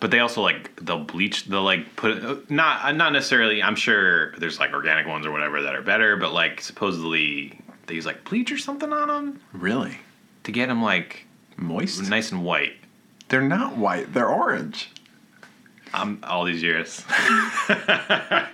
[SPEAKER 2] but they also like they'll bleach. They'll like put uh, not not necessarily. I'm sure there's like organic ones or whatever that are better, but like supposedly they use like bleach or something on them
[SPEAKER 1] Really?
[SPEAKER 2] to get them like
[SPEAKER 1] Moist?
[SPEAKER 2] nice and white.
[SPEAKER 1] They're not white, they're orange.
[SPEAKER 2] Um, all these years.
[SPEAKER 1] I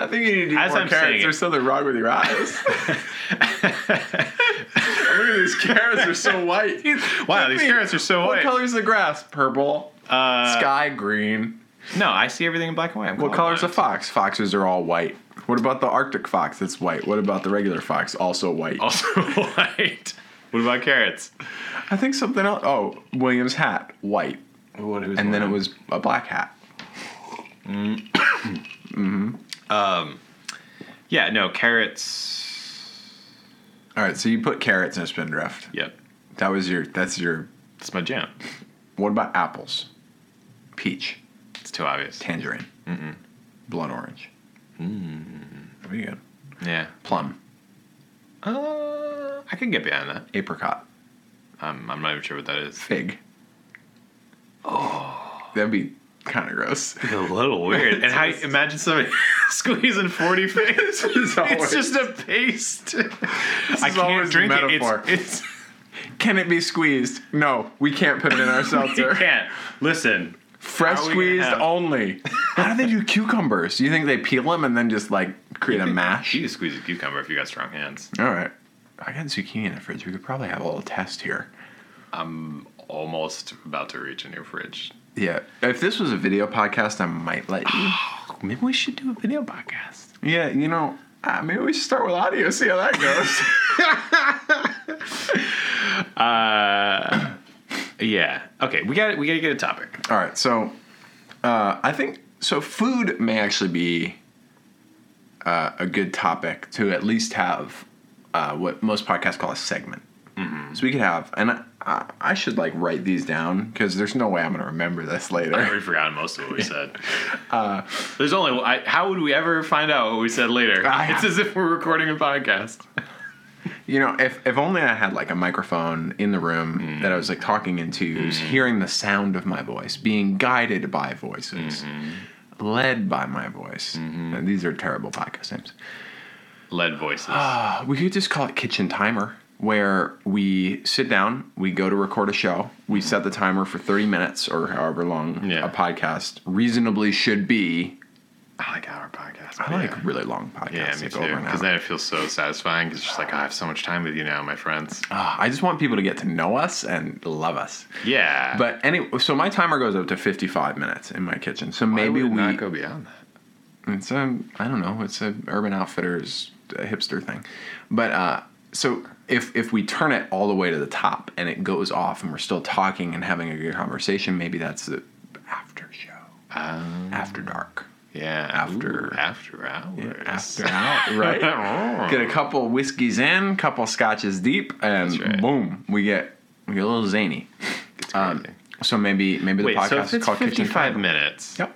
[SPEAKER 1] think you need to eat
[SPEAKER 2] As
[SPEAKER 1] more
[SPEAKER 2] I'm saying
[SPEAKER 1] carrots.
[SPEAKER 2] it-
[SPEAKER 1] There's something wrong with your eyes. Look at these carrots, they're so white.
[SPEAKER 2] Wow, these carrots are so
[SPEAKER 1] What
[SPEAKER 2] white.
[SPEAKER 1] color's the grass? Purple.
[SPEAKER 2] Uh,
[SPEAKER 1] Sky green.
[SPEAKER 2] No, I see everything in black and white. I'm
[SPEAKER 1] What color's a
[SPEAKER 2] colorblind.
[SPEAKER 1] fox? Foxes are all white. What about the Arctic fox that's white? What about the regular fox? Also white.
[SPEAKER 2] Also white. What about carrots?
[SPEAKER 1] I think something else. Oh, William's hat, white.
[SPEAKER 2] What,
[SPEAKER 1] And then it was a black hat.
[SPEAKER 2] um, Yeah, no carrots.
[SPEAKER 1] All right, so you put carrots in a spindrift.
[SPEAKER 2] Yep,
[SPEAKER 1] That was your, that's your,
[SPEAKER 2] that's my jam.
[SPEAKER 1] what about apples? Peach,
[SPEAKER 2] It's too obvious.
[SPEAKER 1] tangerine, mm blood orange. Mm. Pretty good.
[SPEAKER 2] Yeah.
[SPEAKER 1] Plum,
[SPEAKER 2] Uh, I can get behind that.
[SPEAKER 1] apricot,
[SPEAKER 2] I'm, I'm not even sure what that is.
[SPEAKER 1] fig. Oh. That'd be kind of gross.
[SPEAKER 2] A little weird. and how imagine somebody squeezing 40 figs.
[SPEAKER 1] is always-
[SPEAKER 2] it's just a paste. I
[SPEAKER 1] is
[SPEAKER 2] can't
[SPEAKER 1] always the
[SPEAKER 2] drink it.
[SPEAKER 1] metaphor.
[SPEAKER 2] It's, it's
[SPEAKER 1] Can it be squeezed? No, we can't put it in our
[SPEAKER 2] you
[SPEAKER 1] seltzer.
[SPEAKER 2] can't. Listen,
[SPEAKER 1] Fresh
[SPEAKER 2] How are we
[SPEAKER 1] squeezed
[SPEAKER 2] gonna have-
[SPEAKER 1] only. How do they do cucumbers? Do you think they peel them and then just like create a mash?
[SPEAKER 2] you can squeeze a cucumber if you got strong hands.
[SPEAKER 1] All right. I got zucchini in the fridge. We could probably have a little test here.
[SPEAKER 2] Almost about to reach in your fridge.
[SPEAKER 1] Yeah. If this was a video podcast, I might let you.
[SPEAKER 2] Maybe we should do a video podcast.
[SPEAKER 1] yeah, you know, uh, maybe we should start with audio, see how that goes.
[SPEAKER 2] Yeah. Okay. We got. We got to get a topic.
[SPEAKER 1] All right. So uh, I think so. Food may actually be uh, a good topic to at least have uh, what most podcasts call a segment.
[SPEAKER 2] Mm-hmm.
[SPEAKER 1] So we could have, and I- I, I should like write these down because there's no way I'm going to remember this
[SPEAKER 2] I
[SPEAKER 1] later.
[SPEAKER 2] already forgotten most of what we said.
[SPEAKER 1] Uh,
[SPEAKER 2] There's only. I, how would we ever find out what we said later?
[SPEAKER 1] I-
[SPEAKER 2] it's as if we're recording a podcast.
[SPEAKER 1] You know, if, if only I had like a microphone in the room
[SPEAKER 2] Mm.
[SPEAKER 1] that I was like talking into, was hearing the sound of my voice, being guided by
[SPEAKER 2] Mm-hmm.
[SPEAKER 1] voices, led by my voice. And these are terrible podcast names.
[SPEAKER 2] lead voices.
[SPEAKER 1] Uh, we could just call it kitchen timer, where we sit down, we go to record a show, we set the timer for 30 minutes or however long
[SPEAKER 2] Mm-hmm. Yeah.
[SPEAKER 1] a podcast reasonably should be.
[SPEAKER 2] I like our podcast.
[SPEAKER 1] I
[SPEAKER 2] but
[SPEAKER 1] like
[SPEAKER 2] yeah.
[SPEAKER 1] really long podcasts.
[SPEAKER 2] Yeah, me
[SPEAKER 1] like
[SPEAKER 2] too.
[SPEAKER 1] over an
[SPEAKER 2] Because
[SPEAKER 1] hour.
[SPEAKER 2] then it feels so satisfying. Because it's just like "Oh, I have so much time with you now, my friends.
[SPEAKER 1] Ah, I just want people to get to know us and love us.
[SPEAKER 2] Yeah,
[SPEAKER 1] But anyway, so my timer goes up to 55 minutes in my kitchen. So
[SPEAKER 2] Why
[SPEAKER 1] maybe
[SPEAKER 2] would it
[SPEAKER 1] we.
[SPEAKER 2] not go beyond that.
[SPEAKER 1] It's a I don't know. It's a Urban Outfitters uh, hipster thing, but uh, so if if we turn it all the way to the top and it goes off and we're still talking and having a good conversation, maybe that's the after show,
[SPEAKER 2] Um,
[SPEAKER 1] after dark,
[SPEAKER 2] yeah,
[SPEAKER 1] After-
[SPEAKER 2] Ooh, after hours. Oh.
[SPEAKER 1] after out, right?
[SPEAKER 2] right.
[SPEAKER 1] Get a couple whiskeys in, couple scotches deep, and
[SPEAKER 2] That's right.
[SPEAKER 1] boom, we get we get a little zany. Um, so maybe maybe
[SPEAKER 2] Wait,
[SPEAKER 1] the
[SPEAKER 2] so
[SPEAKER 1] podcast
[SPEAKER 2] if it's
[SPEAKER 1] is called Kitchen
[SPEAKER 2] fifty-five
[SPEAKER 1] Timer.
[SPEAKER 2] minutes,
[SPEAKER 1] Yep.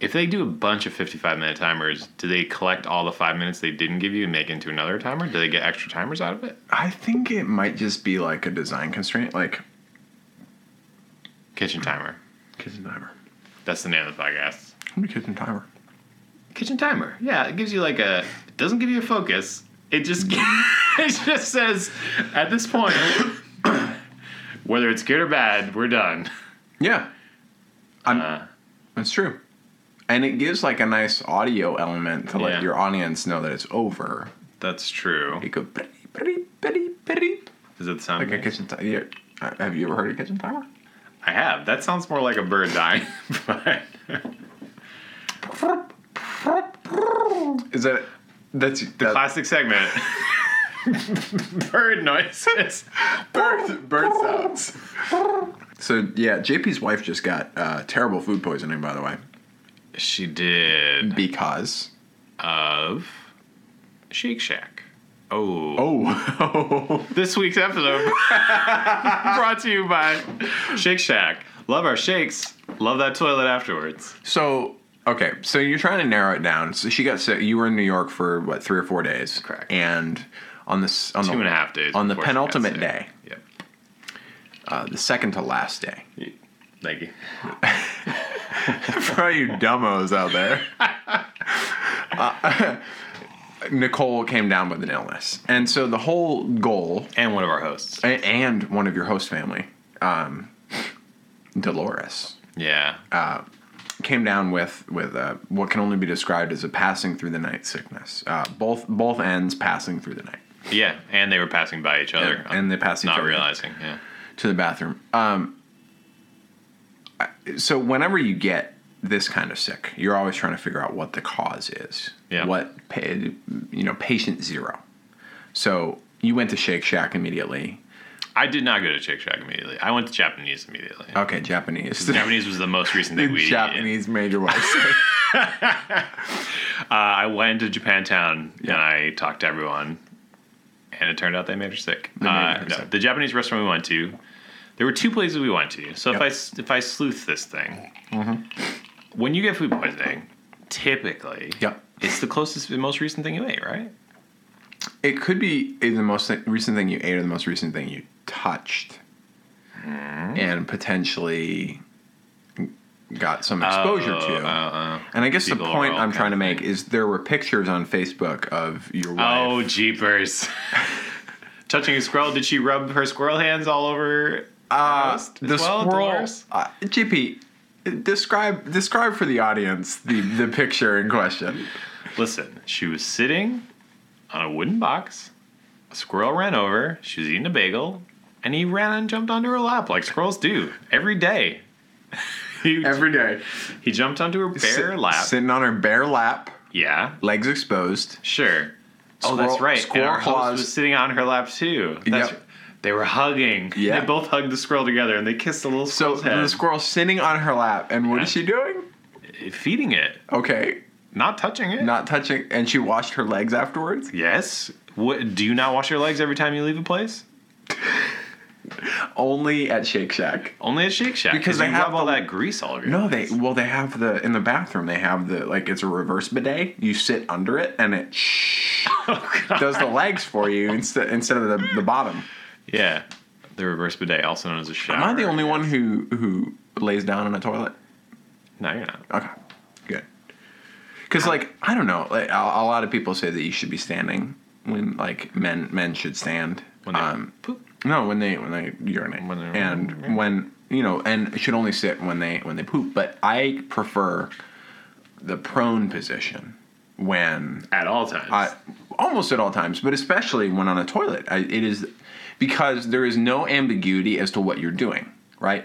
[SPEAKER 2] if they do a bunch of fifty-five minute timers, do they collect all the five minutes they didn't give you and make into another timer? Do they get extra timers out of it?
[SPEAKER 1] I think it might just be like a design constraint, like
[SPEAKER 2] Kitchen timer.
[SPEAKER 1] kitchen timer.
[SPEAKER 2] That's the name of the podcast.
[SPEAKER 1] How many kitchen timer?
[SPEAKER 2] Kitchen timer. Yeah, it gives you like a. It doesn't give you a focus. It just it just says at this point whether it's good or bad, we're done.
[SPEAKER 1] Yeah, I'm,
[SPEAKER 2] Uh,
[SPEAKER 1] that's true. And it gives like a nice audio element to
[SPEAKER 2] Yeah.
[SPEAKER 1] let your audience know that it's over.
[SPEAKER 2] that's true.
[SPEAKER 1] You go beep beep beep beep
[SPEAKER 2] Is it sound
[SPEAKER 1] like a kitchen timer. Yeah. Uh, Have you ever heard a kitchen timer?
[SPEAKER 2] I have. That sounds more like a bird dying. but
[SPEAKER 1] Is that that's the
[SPEAKER 2] classic segment. bird noises.
[SPEAKER 1] bird bird sounds? so yeah, JP's wife just got uh, terrible food poisoning, by the way,
[SPEAKER 2] She did
[SPEAKER 1] because
[SPEAKER 2] of Shake Shack. Oh.
[SPEAKER 1] oh
[SPEAKER 2] This week's episode brought to you by Shake Shack. Love our shakes. Love that toilet afterwards.
[SPEAKER 1] So okay, so you're trying to narrow it down. So she got sick. You were in New York for what three or four days,
[SPEAKER 2] Correct.
[SPEAKER 1] And on this on
[SPEAKER 2] Two
[SPEAKER 1] the,
[SPEAKER 2] and a half days.
[SPEAKER 1] on the
[SPEAKER 2] before she got
[SPEAKER 1] penultimate
[SPEAKER 2] sick.
[SPEAKER 1] day,
[SPEAKER 2] Yep.
[SPEAKER 1] uh, the second to last day.
[SPEAKER 2] Thank you.
[SPEAKER 1] For all you dumbos out there, uh, Nicole came down with an illness, and so the whole goal
[SPEAKER 2] And one of our hosts.
[SPEAKER 1] a- and one of your host family, um, Dolores.
[SPEAKER 2] Yeah.
[SPEAKER 1] Ah. came down with with uh, what can only be described as a passing through the night sickness. Uh, both both ends passing through the night,
[SPEAKER 2] yeah. And they were passing by each other.
[SPEAKER 1] and, and they pass each
[SPEAKER 2] not
[SPEAKER 1] other
[SPEAKER 2] realizing. Yeah.
[SPEAKER 1] to the bathroom. Um, I- so whenever you get this kind of sick, you're always trying to figure out what the cause is.
[SPEAKER 2] Yeah.
[SPEAKER 1] What pa- you know, patient zero. So you went to Shake Shack immediately.
[SPEAKER 2] I did not go to Shake Shack immediately. I went to Japanese immediately.
[SPEAKER 1] Okay, Japanese.
[SPEAKER 2] Japanese was the most recent thing we did.
[SPEAKER 1] Japanese major wife.
[SPEAKER 2] Uh, I went to Japantown and
[SPEAKER 1] Yeah.
[SPEAKER 2] I talked to everyone, and it turned out they made her sick.
[SPEAKER 1] made
[SPEAKER 2] Uh,
[SPEAKER 1] her
[SPEAKER 2] no,
[SPEAKER 1] sick.
[SPEAKER 2] the Japanese restaurant we went to, there were two places we went to. So
[SPEAKER 1] Yep.
[SPEAKER 2] if
[SPEAKER 1] Mm-hmm.
[SPEAKER 2] I s- if I sleuth this thing, when you get food poisoning, typically,
[SPEAKER 1] Yep.
[SPEAKER 2] it's the closest, the most recent thing you ate, right?
[SPEAKER 1] It could be the most th- recent thing you ate or the most recent thing you touched,
[SPEAKER 2] Mm-hmm.
[SPEAKER 1] and potentially got some exposure
[SPEAKER 2] Oh,
[SPEAKER 1] to.
[SPEAKER 2] uh, uh.
[SPEAKER 1] and I guess the
[SPEAKER 2] people are
[SPEAKER 1] point
[SPEAKER 2] all
[SPEAKER 1] I'm trying
[SPEAKER 2] kind
[SPEAKER 1] to
[SPEAKER 2] of
[SPEAKER 1] make is there were pictures on Facebook of your
[SPEAKER 2] Oh,
[SPEAKER 1] wife.
[SPEAKER 2] jeepers! Touching a squirrel, did she rub her squirrel hands all over?
[SPEAKER 1] uh,
[SPEAKER 2] As
[SPEAKER 1] the
[SPEAKER 2] well,
[SPEAKER 1] squirrel.
[SPEAKER 2] Dolores?
[SPEAKER 1] Uh, GP, describe describe for the audience the the picture in question.
[SPEAKER 2] Listen, she was sitting on a wooden box. A squirrel ran over. She was eating a bagel, and he ran and jumped onto her lap like squirrels do every day. he,
[SPEAKER 1] Every day,
[SPEAKER 2] he jumped onto her bare
[SPEAKER 1] Sit-
[SPEAKER 2] lap.
[SPEAKER 1] sitting on her bare lap,
[SPEAKER 2] Yeah,
[SPEAKER 1] legs exposed.
[SPEAKER 2] sure. oh,
[SPEAKER 1] Squirrel-
[SPEAKER 2] that's right. And
[SPEAKER 1] squirrel
[SPEAKER 2] our host
[SPEAKER 1] claws.
[SPEAKER 2] was sitting on her lap too. That's
[SPEAKER 1] Yep.
[SPEAKER 2] They were hugging.
[SPEAKER 1] Yeah.
[SPEAKER 2] They both hugged the squirrel together, and they kissed the little
[SPEAKER 1] So
[SPEAKER 2] squirrel's
[SPEAKER 1] the
[SPEAKER 2] head.
[SPEAKER 1] squirrel sitting on her lap, and what is
[SPEAKER 2] Yeah.
[SPEAKER 1] she doing?
[SPEAKER 2] feeding it,
[SPEAKER 1] Okay,
[SPEAKER 2] not touching it.
[SPEAKER 1] not touching, and she washed her legs afterwards.
[SPEAKER 2] yes. What, do you not wash your legs every time you leave a place?
[SPEAKER 1] Only at Shake Shack.
[SPEAKER 2] Only at Shake Shack
[SPEAKER 1] Because they
[SPEAKER 2] you
[SPEAKER 1] have
[SPEAKER 2] rub all
[SPEAKER 1] the-
[SPEAKER 2] that grease all over. your
[SPEAKER 1] No,
[SPEAKER 2] legs.
[SPEAKER 1] they well they have the in the bathroom they have the like it's a reverse bidet. You sit under it and it shh, does the legs for you instead instead of the, the bottom.
[SPEAKER 2] Yeah, the reverse bidet, also known as a shower.
[SPEAKER 1] Am I the only one who who lays down in a toilet?
[SPEAKER 2] No, you're not.
[SPEAKER 1] Okay, good. Because like I don't know, like a, a lot of people say that you should be standing when like men men should stand.
[SPEAKER 2] When they
[SPEAKER 1] um,
[SPEAKER 2] poop.
[SPEAKER 1] No, when they when they urinate,
[SPEAKER 2] When they-
[SPEAKER 1] and when you know, and should only sit when they when they poop. But I prefer the prone position when
[SPEAKER 2] At all times.
[SPEAKER 1] I, almost at all times, but especially when on a toilet. I, it is because there is no ambiguity as to what you're doing, right?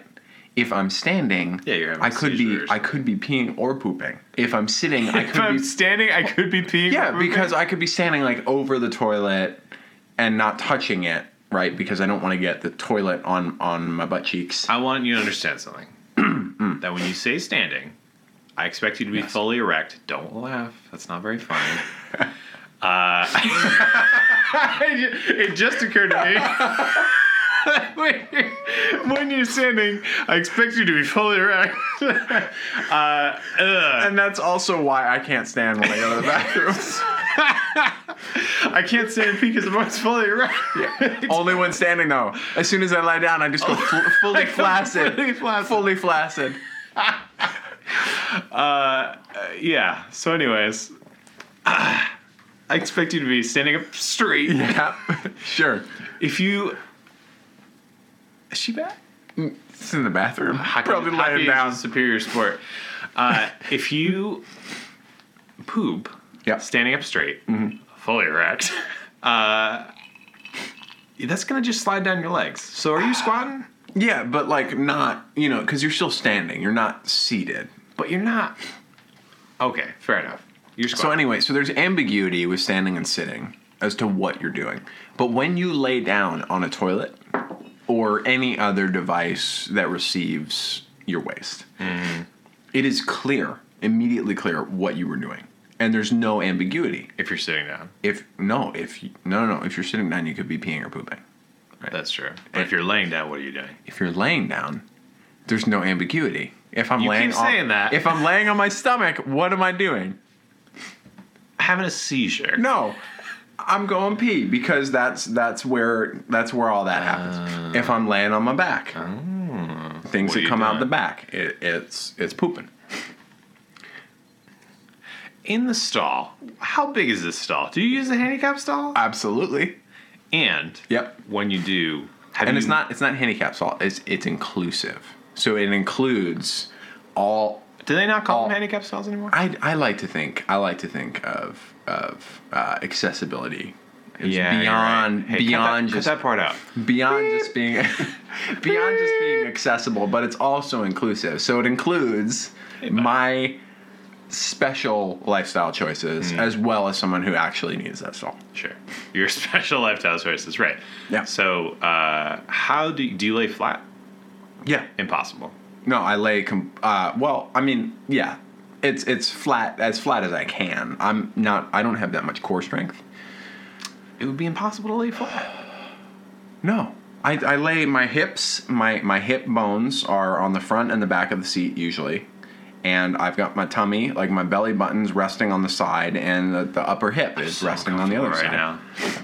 [SPEAKER 1] If I'm standing,
[SPEAKER 2] Yeah, you're having
[SPEAKER 1] I
[SPEAKER 2] a
[SPEAKER 1] could
[SPEAKER 2] seizure
[SPEAKER 1] be
[SPEAKER 2] or
[SPEAKER 1] I
[SPEAKER 2] something.
[SPEAKER 1] could be peeing or pooping. If I'm sitting, I
[SPEAKER 2] if
[SPEAKER 1] could
[SPEAKER 2] I'm
[SPEAKER 1] be
[SPEAKER 2] standing, I could be peeing.
[SPEAKER 1] yeah,
[SPEAKER 2] or pooping.
[SPEAKER 1] because I could be standing like over the toilet and not touching it, right? Because I don't want to get the toilet on on my butt cheeks.
[SPEAKER 2] I want you to understand something. that when you say standing, I expect you to be
[SPEAKER 1] Yes.
[SPEAKER 2] fully erect. Don't laugh. That's not very funny. uh, it just occurred to me. when you're- When you're standing, I expect you to be fully erect. uh, ugh.
[SPEAKER 1] and that's also why I can't stand when I go to the bathroom.
[SPEAKER 2] I can't stand pee because I'm always fully erect.
[SPEAKER 1] Only when standing though. As soon as I lie down, I just go fl- fully flaccid.
[SPEAKER 2] Oh.
[SPEAKER 1] Fully
[SPEAKER 2] Fully flaccid.
[SPEAKER 1] flaccid.
[SPEAKER 2] Yeah. So, anyways, I expect you to be standing up straight.
[SPEAKER 1] Yeah, sure.
[SPEAKER 2] If you. Is she back?
[SPEAKER 1] It's in the bathroom.
[SPEAKER 2] Hockey-
[SPEAKER 1] Probably
[SPEAKER 2] hockey
[SPEAKER 1] laying
[SPEAKER 2] is
[SPEAKER 1] down.
[SPEAKER 2] a superior sport. Uh, if you poop
[SPEAKER 1] Yep.
[SPEAKER 2] standing up straight,
[SPEAKER 1] Mm-hmm.
[SPEAKER 2] fully erect, uh, that's going to just slide down your legs. So, are you squatting?
[SPEAKER 1] Yeah, but like not, you know, because you're still standing. You're not seated.
[SPEAKER 2] But you're not. Okay, fair enough. You're squatting.
[SPEAKER 1] So anyway, so there's ambiguity with standing and sitting as to what you're doing. But when you lay down on a toilet or any other device that receives your waste, it is clear, immediately clear what you were doing. And there's no ambiguity.
[SPEAKER 2] if you're sitting down,
[SPEAKER 1] If no, if you, no, no, no, if you're sitting down, you could be peeing or pooping.
[SPEAKER 2] that's true. But if you're laying down, what are you doing?
[SPEAKER 1] if you're laying down, there's no ambiguity. If I'm
[SPEAKER 2] You
[SPEAKER 1] laying
[SPEAKER 2] keep
[SPEAKER 1] on,
[SPEAKER 2] saying that.
[SPEAKER 1] If I'm laying on my stomach, what am I doing?
[SPEAKER 2] Having a seizure.
[SPEAKER 1] No. I'm going pee because that's that's where that's where all that happens. if I'm laying on my back, things
[SPEAKER 2] Uh, oh. What are
[SPEAKER 1] that
[SPEAKER 2] you
[SPEAKER 1] come out
[SPEAKER 2] doing?
[SPEAKER 1] the back, it, it's it's pooping.
[SPEAKER 2] In the stall. How big is this stall? Do you use the handicap stall?
[SPEAKER 1] Absolutely.
[SPEAKER 2] and
[SPEAKER 1] Yep.
[SPEAKER 2] when you do, have
[SPEAKER 1] And
[SPEAKER 2] you-
[SPEAKER 1] it's not it's not handicap salt. It's it's inclusive. So it includes all.
[SPEAKER 2] Do they not call
[SPEAKER 1] all-
[SPEAKER 2] them handicap stalls anymore?
[SPEAKER 1] I, I like to think I like to think of of uh, accessibility. It's
[SPEAKER 2] you're
[SPEAKER 1] beyond
[SPEAKER 2] right. Hey, cut
[SPEAKER 1] beyond
[SPEAKER 2] that-
[SPEAKER 1] just
[SPEAKER 2] cut that part out.
[SPEAKER 1] beyond just being beyond just being accessible, but it's also inclusive. So it includes
[SPEAKER 2] bud.
[SPEAKER 1] my special lifestyle choices
[SPEAKER 2] Hmm.
[SPEAKER 1] as well as someone who actually needs that stall.
[SPEAKER 2] Sure. Your special lifestyle choices, right?
[SPEAKER 1] Yeah.
[SPEAKER 2] So, uh, how do you, do you lay flat?
[SPEAKER 1] Yeah.
[SPEAKER 2] Impossible.
[SPEAKER 1] No, I lay. Com- uh, well, I mean, yeah, it's it's flat as flat as I can. I'm not. I don't have that much core strength.
[SPEAKER 2] It would be impossible to lay flat.
[SPEAKER 1] No. I, I lay my hips, my, my hip bones are on the front and the back of the seat usually. And I've got my tummy, like my belly buttons resting on the side and the, the upper hip is
[SPEAKER 2] So
[SPEAKER 1] resting on the other
[SPEAKER 2] right
[SPEAKER 1] side.
[SPEAKER 2] now.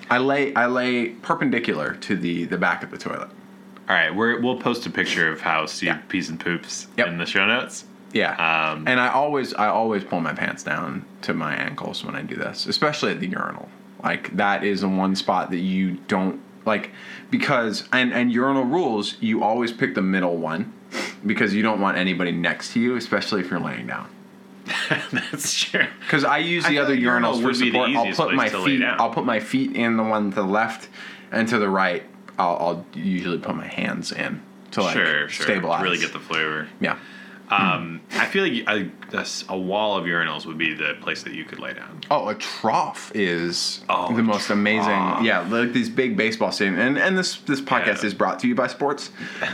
[SPEAKER 1] I lay I lay perpendicular to the, the back of the toilet.
[SPEAKER 2] All right, we're, we'll post a picture of how Steve
[SPEAKER 1] Yeah.
[SPEAKER 2] pees and poops
[SPEAKER 1] Yep.
[SPEAKER 2] in the show notes.
[SPEAKER 1] Yeah.
[SPEAKER 2] Um,
[SPEAKER 1] and I always I always pull my pants down to my ankles when I do this, especially at the urinal. Like that is the one spot that you don't like because and and urinal rules, you always pick the middle one because you don't want anybody next to you, especially if you're laying down.
[SPEAKER 2] That's true.
[SPEAKER 1] Because I use
[SPEAKER 2] I
[SPEAKER 1] the
[SPEAKER 2] feel
[SPEAKER 1] other
[SPEAKER 2] like urinal
[SPEAKER 1] urinals for
[SPEAKER 2] would be the
[SPEAKER 1] support. I'll
[SPEAKER 2] easiest
[SPEAKER 1] put
[SPEAKER 2] place
[SPEAKER 1] my
[SPEAKER 2] to lay
[SPEAKER 1] feet.
[SPEAKER 2] down.
[SPEAKER 1] I'll put my feet in the one to the left and to the right. I'll, I'll usually put my hands in to like
[SPEAKER 2] sure, sure.
[SPEAKER 1] stabilize.
[SPEAKER 2] To really get the flavor.
[SPEAKER 1] yeah.
[SPEAKER 2] Um, I feel like a, a s- a wall of urinals would be the place that you could lay down.
[SPEAKER 1] Oh, a trough is
[SPEAKER 2] Oh,
[SPEAKER 1] the
[SPEAKER 2] a
[SPEAKER 1] most amazing.
[SPEAKER 2] trough.
[SPEAKER 1] Yeah, like these big baseball stadiums. And and this this podcast
[SPEAKER 2] Yeah.
[SPEAKER 1] is brought to you by sports.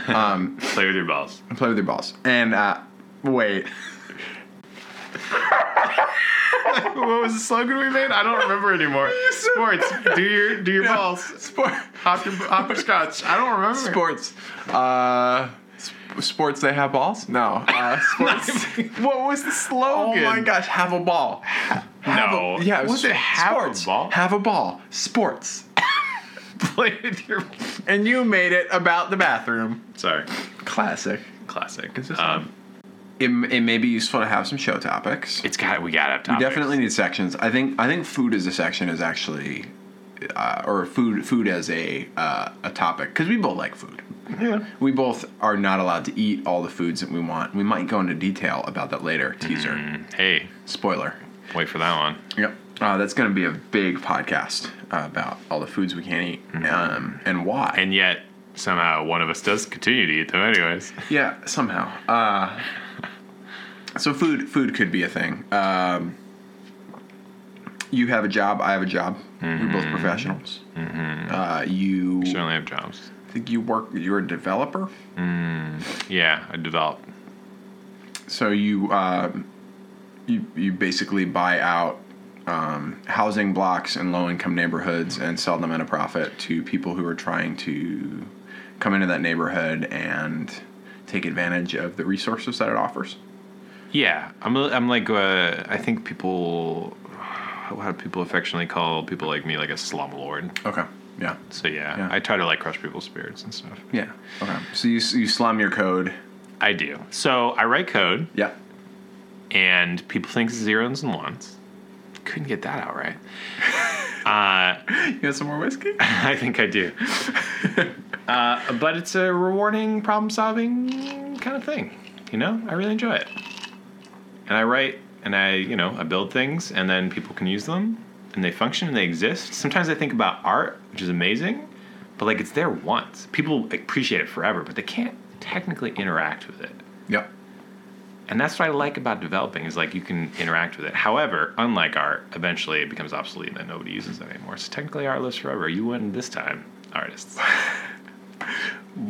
[SPEAKER 1] Um,
[SPEAKER 2] Play with your balls.
[SPEAKER 1] play with your balls. And uh, wait,
[SPEAKER 2] what was the slogan we made? I don't remember anymore. Sports, do your do your balls.
[SPEAKER 1] sport,
[SPEAKER 2] Hop your, hop your scotch. I don't remember.
[SPEAKER 1] sports, uh, sp- sports. They have balls. No, uh, sports.
[SPEAKER 2] What was the
[SPEAKER 1] Oh
[SPEAKER 2] slogan?
[SPEAKER 1] my gosh, have a ball. Ha- Have
[SPEAKER 2] No.
[SPEAKER 1] A, yeah, it was,
[SPEAKER 2] Was it have a
[SPEAKER 1] sports.
[SPEAKER 2] ball?
[SPEAKER 1] Have a ball. Sports.
[SPEAKER 2] Play with your.
[SPEAKER 1] And you made it about the bathroom.
[SPEAKER 2] Sorry,
[SPEAKER 1] Classic.
[SPEAKER 2] classic.
[SPEAKER 1] Is this
[SPEAKER 2] Um,
[SPEAKER 1] it, it may be useful to have some show topics.
[SPEAKER 2] It's got we got to have
[SPEAKER 1] We
[SPEAKER 2] topics.
[SPEAKER 1] definitely need sections. I think I think food as a section is actually, uh, or food food as a uh, a topic because we both like food.
[SPEAKER 2] Yeah.
[SPEAKER 1] We both are not allowed to eat all the foods that we want. We might go into detail about that later. Teaser,
[SPEAKER 2] Mm. Hey,
[SPEAKER 1] spoiler.
[SPEAKER 2] wait for that one.
[SPEAKER 1] Yep. Uh, that's going to be a big podcast uh, about all the foods we can't eat um, and why.
[SPEAKER 2] And yet somehow one of us does continue to eat them, anyways.
[SPEAKER 1] yeah, somehow. Uh, so food food could be a thing. Um, you have a job. I have a job. We're both professionals. Uh, you
[SPEAKER 2] Should only have jobs.
[SPEAKER 1] think you work. You're a developer.
[SPEAKER 2] Yeah, I developed.
[SPEAKER 1] So you uh, you you basically buy out. Um, housing blocks in low-income neighborhoods and sell them at a profit to people who are trying to come into that neighborhood and take advantage of the resources that it offers.
[SPEAKER 2] Yeah, I'm. a- I'm like. Uh, I think people. How do people affectionately call people like me like a slumlord?
[SPEAKER 1] Okay. Yeah.
[SPEAKER 2] So yeah,
[SPEAKER 1] Yeah.
[SPEAKER 2] I try to like crush people's spirits and stuff.
[SPEAKER 1] Yeah. Okay. So you you slum your code.
[SPEAKER 2] I do. So I write code,
[SPEAKER 1] Yeah.
[SPEAKER 2] and people think zeros and ones. Couldn't get that out right. Uh,
[SPEAKER 1] You got some more whiskey?
[SPEAKER 2] I think I do. uh, but it's a rewarding problem solving kind of thing. You know, I really enjoy it. And I write and I, you know, I build things and then people can use them and they function and they exist. Sometimes I think about art, which is amazing, but like it's there once. People appreciate it forever, but they can't technically interact with it.
[SPEAKER 1] Yep.
[SPEAKER 2] And that's what I like about developing is like you can interact with it. However, unlike art, eventually it becomes obsolete and then nobody uses it anymore. So technically art lives forever. You win this time, artists.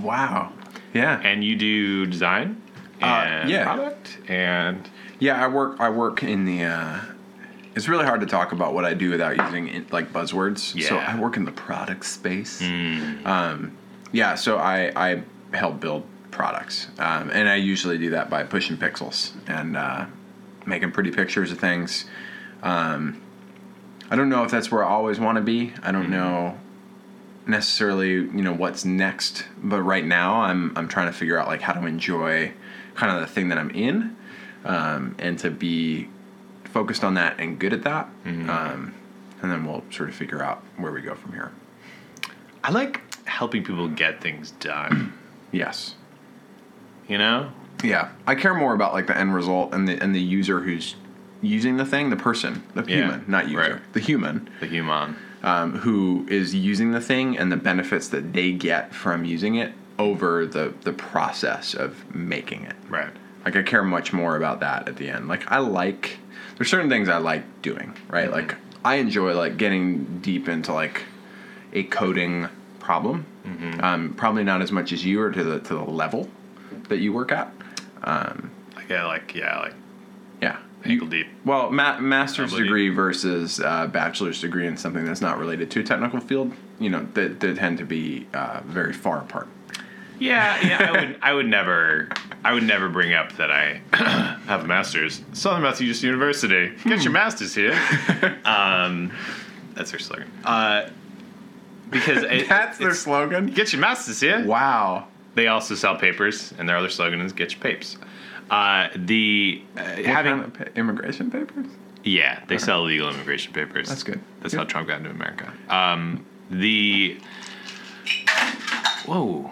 [SPEAKER 1] Wow. Yeah.
[SPEAKER 2] and you do design
[SPEAKER 1] Uh,
[SPEAKER 2] and
[SPEAKER 1] yeah.
[SPEAKER 2] product and
[SPEAKER 1] Yeah. I work. I work in the. Uh, it's really hard to talk about what I do without using like buzzwords. So
[SPEAKER 2] Yeah. Mm.
[SPEAKER 1] I work in the product space.
[SPEAKER 2] hmm,
[SPEAKER 1] Um, yeah. So I I help build products, um, and I usually do that by pushing pixels and uh, making pretty pictures of things. Um, I don't know if that's where I always want to be. I don't know necessarily you know what's next but right now i'm i'm trying to figure out like how to enjoy kind of the thing that i'm in um, and to be focused on that and good at that um, and then we'll sort of figure out where we go from here
[SPEAKER 2] i like helping people get things done
[SPEAKER 1] yes
[SPEAKER 2] you know
[SPEAKER 1] yeah i care more about like the end result and the and the user who's using the thing the person the
[SPEAKER 2] Yeah,
[SPEAKER 1] human not user
[SPEAKER 2] right.
[SPEAKER 1] the human
[SPEAKER 2] the human
[SPEAKER 1] um, who is using the thing and the benefits that they get from using it over the the process of making it
[SPEAKER 2] right
[SPEAKER 1] Like I care much more about that at the end. Like I like there's certain things I like doing, right?
[SPEAKER 2] Mm-hmm.
[SPEAKER 1] Like I enjoy like getting deep into like a coding problem.
[SPEAKER 2] Mm-hmm.
[SPEAKER 1] Um, probably not as much as you or to the to the level that you work at.
[SPEAKER 2] like yeah like yeah like
[SPEAKER 1] Yeah.
[SPEAKER 2] ankle deep
[SPEAKER 1] Well, ma- master's
[SPEAKER 2] Probably.
[SPEAKER 1] degree versus uh, bachelor's degree in something that's not related to a technical field, you know, they, they tend to be uh, very far apart.
[SPEAKER 2] yeah yeah i would i would never i would never bring up that i have a master's southern massachusetts university get
[SPEAKER 1] Hmm.
[SPEAKER 2] your master's here um that's their slogan uh because it, it's-
[SPEAKER 1] slogan.
[SPEAKER 2] get your master's here
[SPEAKER 1] Wow.
[SPEAKER 2] They also sell papers, and their other slogan is "Get your papers." Uh, the uh, having
[SPEAKER 1] What kind of pa- immigration papers?
[SPEAKER 2] yeah, they sell legal immigration papers.
[SPEAKER 1] That's good.
[SPEAKER 2] That's
[SPEAKER 1] Good.
[SPEAKER 2] how Trump got into America. Um, the whoa,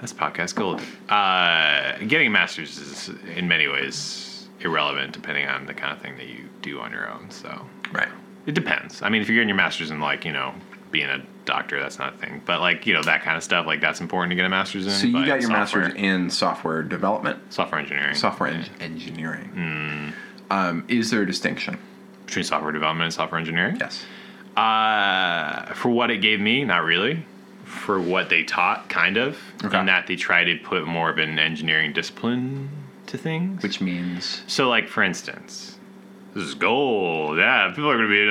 [SPEAKER 2] that's podcast gold. Uh, getting a master's is in many ways irrelevant, depending on the kind of thing that you do on your own. So
[SPEAKER 1] Right.
[SPEAKER 2] it depends. I mean, if you're getting your master's in like you know being a doctor, that's not a thing. But like you know that kind of stuff, like that's important to get a master's in.
[SPEAKER 1] So you
[SPEAKER 2] but
[SPEAKER 1] got your
[SPEAKER 2] software-
[SPEAKER 1] master's in software development,
[SPEAKER 2] software engineering.
[SPEAKER 1] software en- engineering.
[SPEAKER 2] Hmm.
[SPEAKER 1] Um, is there a distinction?
[SPEAKER 2] between software development and software engineering.
[SPEAKER 1] Yes.
[SPEAKER 2] Uh, for what it gave me, not really. For what they taught, kind of.
[SPEAKER 1] Okay.
[SPEAKER 2] In that they try to put more of an engineering discipline to things.
[SPEAKER 1] Which means
[SPEAKER 2] so, like for instance, this is gold. Yeah, people are gonna be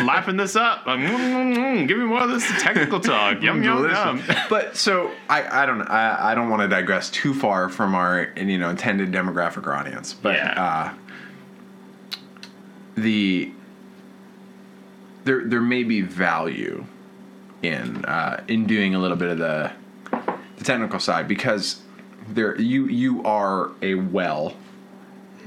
[SPEAKER 2] uh, laughing this up. Um, mm, mm, mm, give me more of this technical talk. yum yum yum.
[SPEAKER 1] But so I, I don't I, I don't want to digress too far from our you know intended demographic or audience, but
[SPEAKER 2] Yeah.
[SPEAKER 1] uh, the there there may be value in uh, in doing a little bit of the the technical side because there you you are a well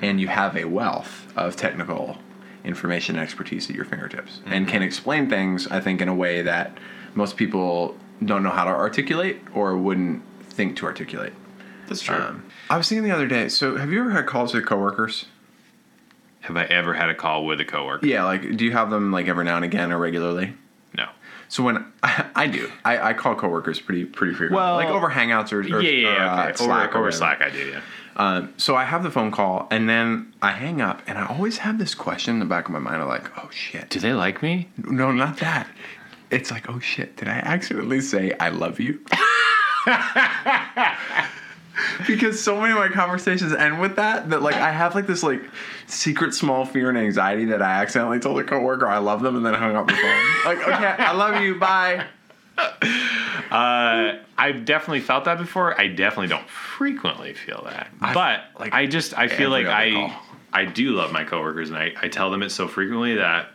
[SPEAKER 1] and you have a wealth of technical information and expertise at your fingertips and can explain things, I think, in a way that most people don't know how to articulate or wouldn't think to articulate.
[SPEAKER 2] That's true.
[SPEAKER 1] Um, I was thinking the other day, so have you ever had calls with coworkers?
[SPEAKER 2] Have I ever had a call with a coworker?
[SPEAKER 1] Yeah, like do you have them like every now and again or regularly?
[SPEAKER 2] No.
[SPEAKER 1] So when I, I do, I, I call coworkers pretty pretty frequently,
[SPEAKER 2] Well-
[SPEAKER 1] like over Hangouts or, or,
[SPEAKER 2] yeah, yeah,
[SPEAKER 1] or,
[SPEAKER 2] yeah.
[SPEAKER 1] uh,
[SPEAKER 2] okay.
[SPEAKER 1] Slack
[SPEAKER 2] over,
[SPEAKER 1] or
[SPEAKER 2] over
[SPEAKER 1] whatever.
[SPEAKER 2] Slack, I do. Yeah.
[SPEAKER 1] Um, so I have the phone call, and then I hang up, and I always have this question in the back of my mind, of like, oh shit,
[SPEAKER 2] Do they like me?
[SPEAKER 1] no, not that. It's like, oh shit, did I accidentally say I love you? because so many of my conversations end with that that like I have like this like secret small fear and anxiety that I accidentally told a coworker I love them and then hung up the phone. like, okay, I love you, bye.
[SPEAKER 2] Uh, I've definitely felt that before. I definitely don't frequently feel that,
[SPEAKER 1] I-
[SPEAKER 2] but
[SPEAKER 1] like,
[SPEAKER 2] like I just I feel
[SPEAKER 1] every
[SPEAKER 2] like
[SPEAKER 1] other
[SPEAKER 2] I
[SPEAKER 1] call.
[SPEAKER 2] I do love my coworkers, and I I tell them it so frequently that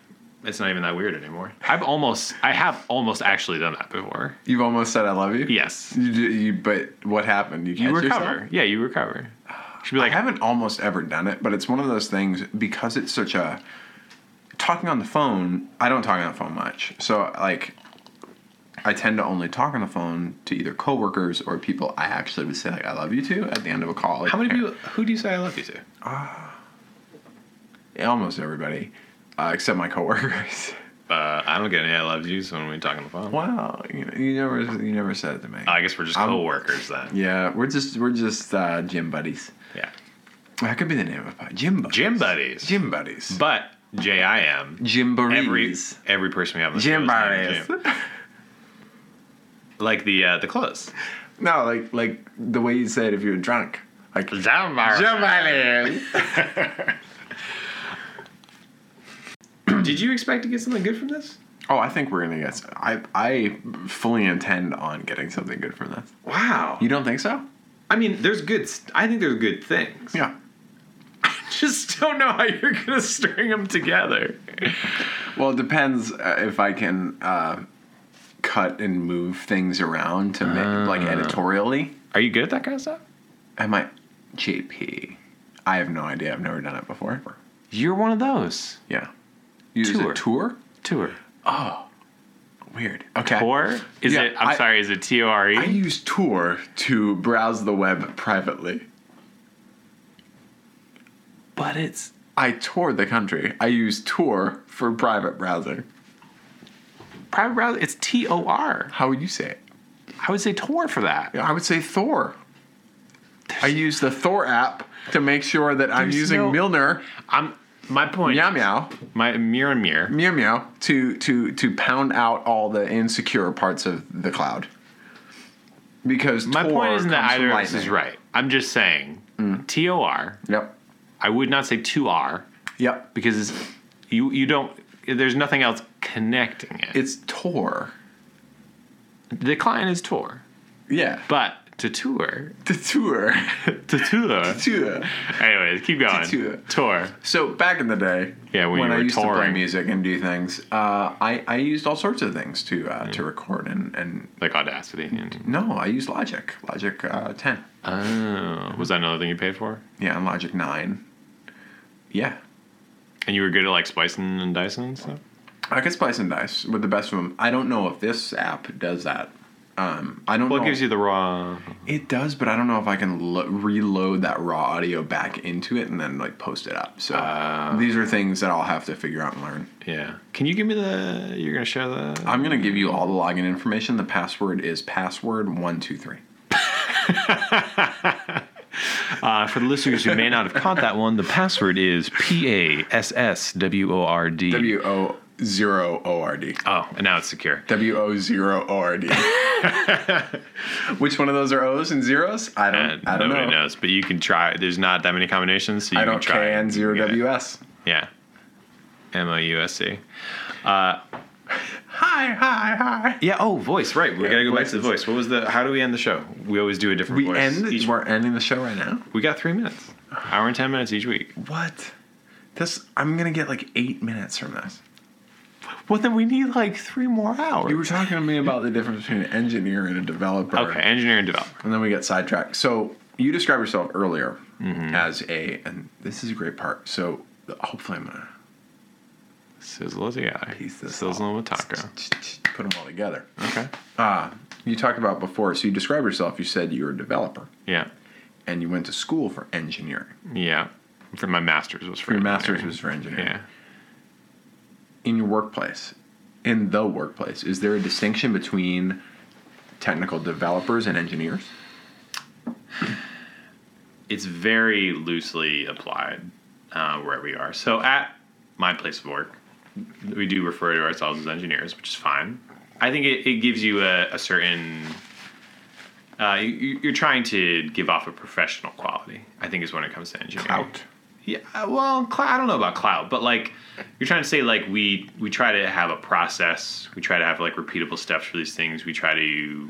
[SPEAKER 2] it's not even that weird anymore. I've almost I have almost actually done that before.
[SPEAKER 1] You've almost said I love you.
[SPEAKER 2] Yes,
[SPEAKER 1] You, d- you but what happened? You,
[SPEAKER 2] you
[SPEAKER 1] catch yourself?
[SPEAKER 2] recover. Yeah, you recover. Should be
[SPEAKER 1] I
[SPEAKER 2] like
[SPEAKER 1] haven't almost ever done it, but it's one of those things because it's such a talking on the phone. I don't talk on the phone much, so like I tend to only talk on the phone to either coworkers or people I actually would say like I love you to at the end of a call. Like,
[SPEAKER 2] how many people? Who do you say I love you to?
[SPEAKER 1] Almost everybody, uh, except my coworkers.
[SPEAKER 2] Uh, I don't get any I love yous when we talk on the phone.
[SPEAKER 1] wow, you, know, you never you never said it to me.
[SPEAKER 2] I guess we're just
[SPEAKER 1] I'm-
[SPEAKER 2] coworkers then.
[SPEAKER 1] yeah, we're just we're just uh, gym buddies.
[SPEAKER 2] Yeah.
[SPEAKER 1] That could be the name of it. Gym buddies.
[SPEAKER 2] Gym buddies.
[SPEAKER 1] Gym buddies.
[SPEAKER 2] But J I M.
[SPEAKER 1] Gym
[SPEAKER 2] Every
[SPEAKER 1] buddies.
[SPEAKER 2] every person we have on the
[SPEAKER 1] Gym
[SPEAKER 2] show is named
[SPEAKER 1] buddies.
[SPEAKER 2] Jim. Like the uh, the clothes.
[SPEAKER 1] No, like like the way you say it if you were drunk. Like
[SPEAKER 2] Jim buddies. Did you expect to get something good from this?
[SPEAKER 1] Oh, I think we're gonna get. s- I I fully intend on getting something good from this.
[SPEAKER 2] Wow.
[SPEAKER 1] You don't think so?
[SPEAKER 2] I mean, there's good. St- I think there's good things.
[SPEAKER 1] Yeah.
[SPEAKER 2] Just don't know how you're gonna string them together.
[SPEAKER 1] Well, it depends uh, if I can uh, cut and move things around to ma- like editorially.
[SPEAKER 2] Are you good at that kind of stuff?
[SPEAKER 1] I might JP. I have no idea. I've never done it before.
[SPEAKER 2] You're one of those.
[SPEAKER 1] Yeah. You Is
[SPEAKER 2] Tour.
[SPEAKER 1] it tour?
[SPEAKER 2] Tour.
[SPEAKER 1] Oh, weird. Okay.
[SPEAKER 2] Or is
[SPEAKER 1] Yeah,
[SPEAKER 2] it? I'm
[SPEAKER 1] I-
[SPEAKER 2] sorry. Is it T O R
[SPEAKER 1] I
[SPEAKER 2] E?
[SPEAKER 1] use Tor to browse the web privately.
[SPEAKER 2] But it's
[SPEAKER 1] I toured the country. I use Tor for private browsing.
[SPEAKER 2] private browser. It's T O R.
[SPEAKER 1] How would you say it?
[SPEAKER 2] I would say Tor for that.
[SPEAKER 1] I would say Thor. I use the Thor app to make sure that I'm
[SPEAKER 2] There's
[SPEAKER 1] using
[SPEAKER 2] no-
[SPEAKER 1] Milner,
[SPEAKER 2] I'm my point.
[SPEAKER 1] meow meow,
[SPEAKER 2] My mirror and mirror.
[SPEAKER 1] meow meow, to to to pound out all the insecure parts of the cloud. Because
[SPEAKER 2] My
[SPEAKER 1] Tor
[SPEAKER 2] point isn't that
[SPEAKER 1] comes from
[SPEAKER 2] either of us is
[SPEAKER 1] lightning.
[SPEAKER 2] right. I'm just saying T O R.
[SPEAKER 1] Yep.
[SPEAKER 2] I would not say two R
[SPEAKER 1] Yep.
[SPEAKER 2] because it's, you you don't. There's nothing else connecting it.
[SPEAKER 1] It's Tor.
[SPEAKER 2] the client is Tor,
[SPEAKER 1] Yeah.
[SPEAKER 2] but to tour,
[SPEAKER 1] The tour.
[SPEAKER 2] to tour.
[SPEAKER 1] tour.
[SPEAKER 2] Anyways, keep going.
[SPEAKER 1] tour.
[SPEAKER 2] Tour.
[SPEAKER 1] So back in the day,
[SPEAKER 2] Yeah, when you
[SPEAKER 1] I
[SPEAKER 2] were
[SPEAKER 1] used to play
[SPEAKER 2] touring.
[SPEAKER 1] music and do things, uh, I I used all sorts of things to uh, to record and and
[SPEAKER 2] Like Audacity. And,
[SPEAKER 1] no, I used Logic, Logic uh, ten,
[SPEAKER 2] oh, was that another thing you paid for?
[SPEAKER 1] yeah, and Logic nine, yeah.
[SPEAKER 2] And you were good at like splicing and dicing and stuff.
[SPEAKER 1] I could splice and dice with the best of them. I don't know if this app does that. Um, I don't
[SPEAKER 2] Well,
[SPEAKER 1] know.
[SPEAKER 2] it gives you the raw.
[SPEAKER 1] It does, but I don't know if I can lo- reload that raw audio back into it and then like post it up. So
[SPEAKER 2] Ah.
[SPEAKER 1] these are things that I'll have to figure out and learn.
[SPEAKER 2] Yeah. Can you give me the? You're gonna share the.
[SPEAKER 1] I'm gonna give you all the login information. The password is password one two three.
[SPEAKER 2] Uh, for the listeners who may not have caught that one, the password is P A S S W O R D.
[SPEAKER 1] W O zero O R D.
[SPEAKER 2] Oh, and now it's secure.
[SPEAKER 1] W O zero O R D. Which one of those are O's and zeros? I
[SPEAKER 2] Uh,
[SPEAKER 1] don't. I don't
[SPEAKER 2] nobody
[SPEAKER 1] know.
[SPEAKER 2] knows, but you can try. There's not that many combinations, so you
[SPEAKER 1] I
[SPEAKER 2] can
[SPEAKER 1] don't
[SPEAKER 2] try.
[SPEAKER 1] K N zero
[SPEAKER 2] Yeah.
[SPEAKER 1] W S.
[SPEAKER 2] Yeah. M O U S C.
[SPEAKER 1] Hi hi hi.
[SPEAKER 2] Yeah. Oh, voice. Right. We
[SPEAKER 1] Yeah,
[SPEAKER 2] gotta go back to the
[SPEAKER 1] voices.
[SPEAKER 2] voice. What was the? How do we end the show? We always do a different
[SPEAKER 1] We
[SPEAKER 2] voice.
[SPEAKER 1] end.
[SPEAKER 2] each-
[SPEAKER 1] we're ending the show right now.
[SPEAKER 2] we got three minutes. Hour and ten minutes each week.
[SPEAKER 1] What? This I'm gonna get like eight minutes from this.
[SPEAKER 2] Well, then we need like three more hours.
[SPEAKER 1] You were talking to me about the difference between an engineer and a developer.
[SPEAKER 2] okay, engineer and developer.
[SPEAKER 1] And then we get sidetracked. So you described yourself earlier
[SPEAKER 2] Mm-hmm.
[SPEAKER 1] as a and this is a great part. So hopefully I'm gonna
[SPEAKER 2] Sizzle is yeah.
[SPEAKER 1] piece this off.
[SPEAKER 2] Sizzling with taco.
[SPEAKER 1] Put them all together.
[SPEAKER 2] Okay.
[SPEAKER 1] Ah, you talked about before. So you described yourself. You said you were a developer
[SPEAKER 2] Yeah.
[SPEAKER 1] and you went to school for engineering.
[SPEAKER 2] Yeah. For my master's was for
[SPEAKER 1] Your master's
[SPEAKER 2] engineering.
[SPEAKER 1] was for engineering.
[SPEAKER 2] Yeah.
[SPEAKER 1] in your workplace, in the workplace, is there a distinction between technical developers and engineers?
[SPEAKER 2] it's very loosely applied uh, wherever you are. So at my place of work, we do refer to ourselves as engineers, which is fine. I think it, it gives you a, a certain. Uh, you, you're trying to give off a professional quality. I think is when it comes to engineering. Yeah, well, cl- I don't know about cloud, but like you're trying to say, like we we try to have a process, we try to have like repeatable steps for these things, we try to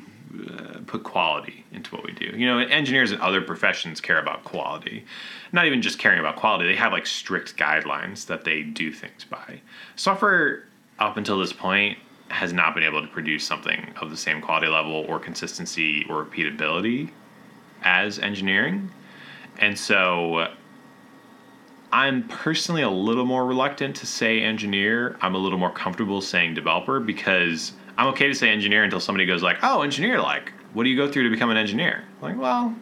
[SPEAKER 2] uh, put quality into what we do. You know, engineers and other professions care about quality, not even just caring about quality. They have like strict guidelines that they do things by. Software up until this point has not been able to produce something of the same quality level or consistency or repeatability as engineering, and so. I'm personally a little more reluctant to say engineer. I'm a little more comfortable saying developer because I'm okay to say engineer until somebody goes like, "Oh, engineer, like, what do you go through to become an engineer?" like, well,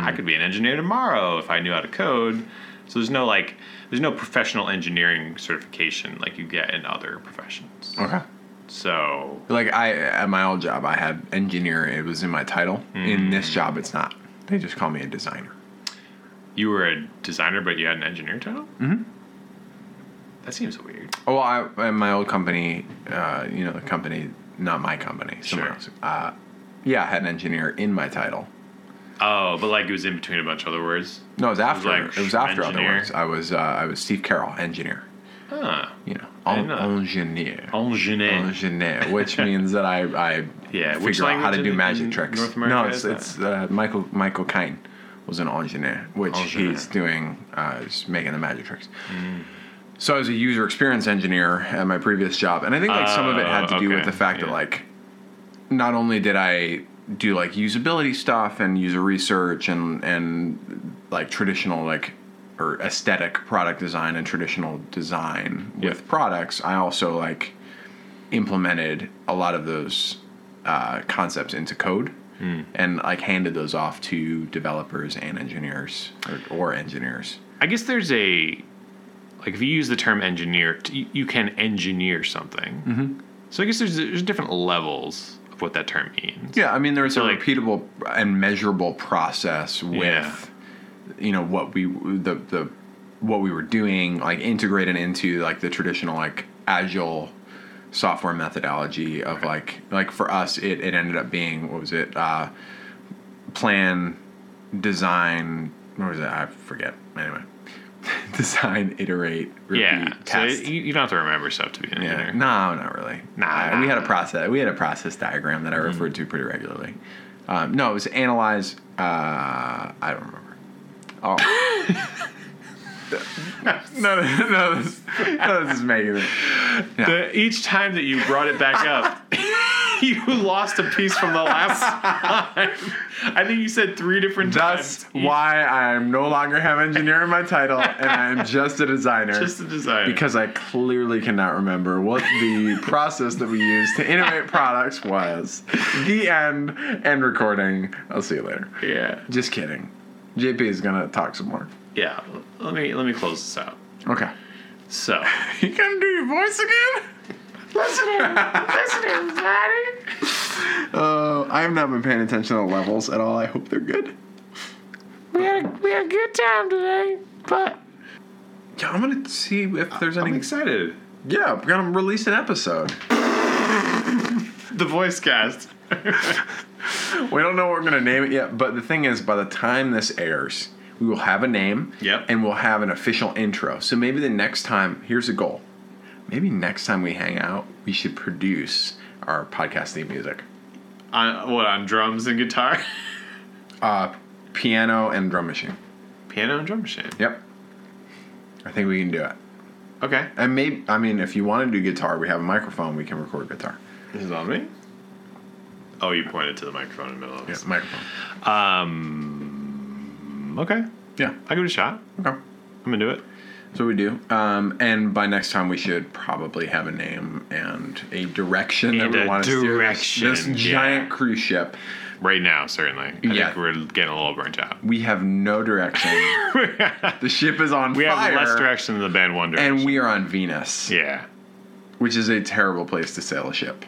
[SPEAKER 2] I could be an engineer tomorrow if I knew how to code. So there's no like, there's no professional engineering certification like you get in other professions.
[SPEAKER 1] Okay.
[SPEAKER 2] So
[SPEAKER 1] Like I at my old job, I had engineer. It was in my title.
[SPEAKER 2] Mm.
[SPEAKER 1] In this job, it's not. They just call me a designer.
[SPEAKER 2] you were a designer, but you had an engineer title. Mm-hmm. That seems weird.
[SPEAKER 1] Oh, well, I, at my old company, uh, you know, the company, not my company, somewhere
[SPEAKER 2] Sure.
[SPEAKER 1] else. Uh, yeah, I had an engineer in my title.
[SPEAKER 2] Oh, but like it was in between a bunch of other words.
[SPEAKER 1] No, it was after. It was,
[SPEAKER 2] like,
[SPEAKER 1] after
[SPEAKER 2] engineer.
[SPEAKER 1] otherwise. I was uh, I was Steve Carroll, engineer.
[SPEAKER 2] Huh.
[SPEAKER 1] You know,
[SPEAKER 2] I didn't know that. Oh,
[SPEAKER 1] engineer.
[SPEAKER 2] Engineer.
[SPEAKER 1] Engineer, which means that I, I
[SPEAKER 2] Yeah, which
[SPEAKER 1] figure out how
[SPEAKER 2] language
[SPEAKER 1] to do
[SPEAKER 2] in-
[SPEAKER 1] magic
[SPEAKER 2] in
[SPEAKER 1] tricks.
[SPEAKER 2] North America
[SPEAKER 1] no, it's
[SPEAKER 2] is that?
[SPEAKER 1] it's uh, Michael Michael Caine was an engineer, which
[SPEAKER 2] Engineer.
[SPEAKER 1] he's doing uh, is making the magic tricks. So I was a user experience engineer at my previous job, and I think like some of it had to do
[SPEAKER 2] Oh,
[SPEAKER 1] with the
[SPEAKER 2] okay,
[SPEAKER 1] fact that
[SPEAKER 2] yeah.
[SPEAKER 1] like not only did I do like usability stuff and user research and and like traditional like or aesthetic product design and traditional design
[SPEAKER 2] Yeah.
[SPEAKER 1] with products, I also like implemented a lot of those uh, concepts into code
[SPEAKER 2] Hmm.
[SPEAKER 1] and like handed those off to developers and engineers or, or engineers.
[SPEAKER 2] I guess there's a like if you use the term engineer, t- you, you can engineer something. Mm-hmm. So I guess there's there's different levels of what that term means.
[SPEAKER 1] Yeah, I mean there's a
[SPEAKER 2] So, like-
[SPEAKER 1] repeatable and measurable process with
[SPEAKER 2] Yeah.
[SPEAKER 1] you know what we the the what we were doing like integrated into like the traditional like agile software methodology of like like for us it, it ended up being what was it uh plan design what was it I forget anyway design iterate repeat
[SPEAKER 2] Yeah. So
[SPEAKER 1] test
[SPEAKER 2] you, you don't have to remember stuff to be an
[SPEAKER 1] yeah.
[SPEAKER 2] engineer.
[SPEAKER 1] No, not really.
[SPEAKER 2] Nah,
[SPEAKER 1] Uh, we
[SPEAKER 2] nah,
[SPEAKER 1] had a
[SPEAKER 2] nah.
[SPEAKER 1] process. We had a process diagram that I referred to pretty regularly. Um, no, it was analyze. Uh, I don't remember. Oh. no, no, no, this, no, this is making it.
[SPEAKER 2] The, each time that you brought it back up, you lost a piece from the last time. I think you said three different
[SPEAKER 1] That's
[SPEAKER 2] times. You-
[SPEAKER 1] why I am no longer have engineer in my title, and I am just a designer.
[SPEAKER 2] just a designer.
[SPEAKER 1] because I clearly cannot remember what the process that we used to innovate products was. The end. End recording. I'll see you later.
[SPEAKER 2] yeah.
[SPEAKER 1] Just kidding. JP is gonna talk some more.
[SPEAKER 2] Yeah. Let me let me close this out.
[SPEAKER 1] Okay.
[SPEAKER 2] So
[SPEAKER 1] You gonna do your voice again? Oh, I have not been paying attention to the levels at all. I hope they're good.
[SPEAKER 2] we had a, we had a good time today, but
[SPEAKER 1] Yeah, I'm gonna see if there's
[SPEAKER 2] I'm
[SPEAKER 1] any.
[SPEAKER 2] excited.
[SPEAKER 1] yeah, we're gonna release an episode.
[SPEAKER 2] The voice cast.
[SPEAKER 1] We don't know what we're gonna name it yet, but the thing is, by the time this airs, we will have a name.
[SPEAKER 2] Yep.
[SPEAKER 1] And we'll have an official intro. So maybe the next time, here's a goal. Maybe next time we hang out, we should produce our podcast theme music.
[SPEAKER 2] on what on drums and guitar,
[SPEAKER 1] Uh, piano and drum machine.
[SPEAKER 2] piano and drum machine.
[SPEAKER 1] Yep. I think we can do it.
[SPEAKER 2] Okay,
[SPEAKER 1] And maybe I mean, if you want to do guitar, we have a microphone. We can record guitar.
[SPEAKER 2] this is on me. Oh, you pointed to the microphone in the middle of
[SPEAKER 1] Yeah,
[SPEAKER 2] this.
[SPEAKER 1] microphone.
[SPEAKER 2] Um. Okay.
[SPEAKER 1] Yeah.
[SPEAKER 2] I give it a shot.
[SPEAKER 1] Okay.
[SPEAKER 2] I'm into it.
[SPEAKER 1] So we do. Um, and by next time, we should probably have a name and a direction
[SPEAKER 2] And
[SPEAKER 1] that
[SPEAKER 2] a
[SPEAKER 1] we want to steer this,
[SPEAKER 2] direction,
[SPEAKER 1] this
[SPEAKER 2] yeah.
[SPEAKER 1] giant cruise ship.
[SPEAKER 2] Right now, certainly. I
[SPEAKER 1] Yeah.
[SPEAKER 2] think we're getting a little burnt out.
[SPEAKER 1] We have no direction. the ship is on
[SPEAKER 2] We
[SPEAKER 1] fire.
[SPEAKER 2] have less direction than the band One Direction.
[SPEAKER 1] And we are on Venus,
[SPEAKER 2] yeah.
[SPEAKER 1] which is a terrible place to sail a ship.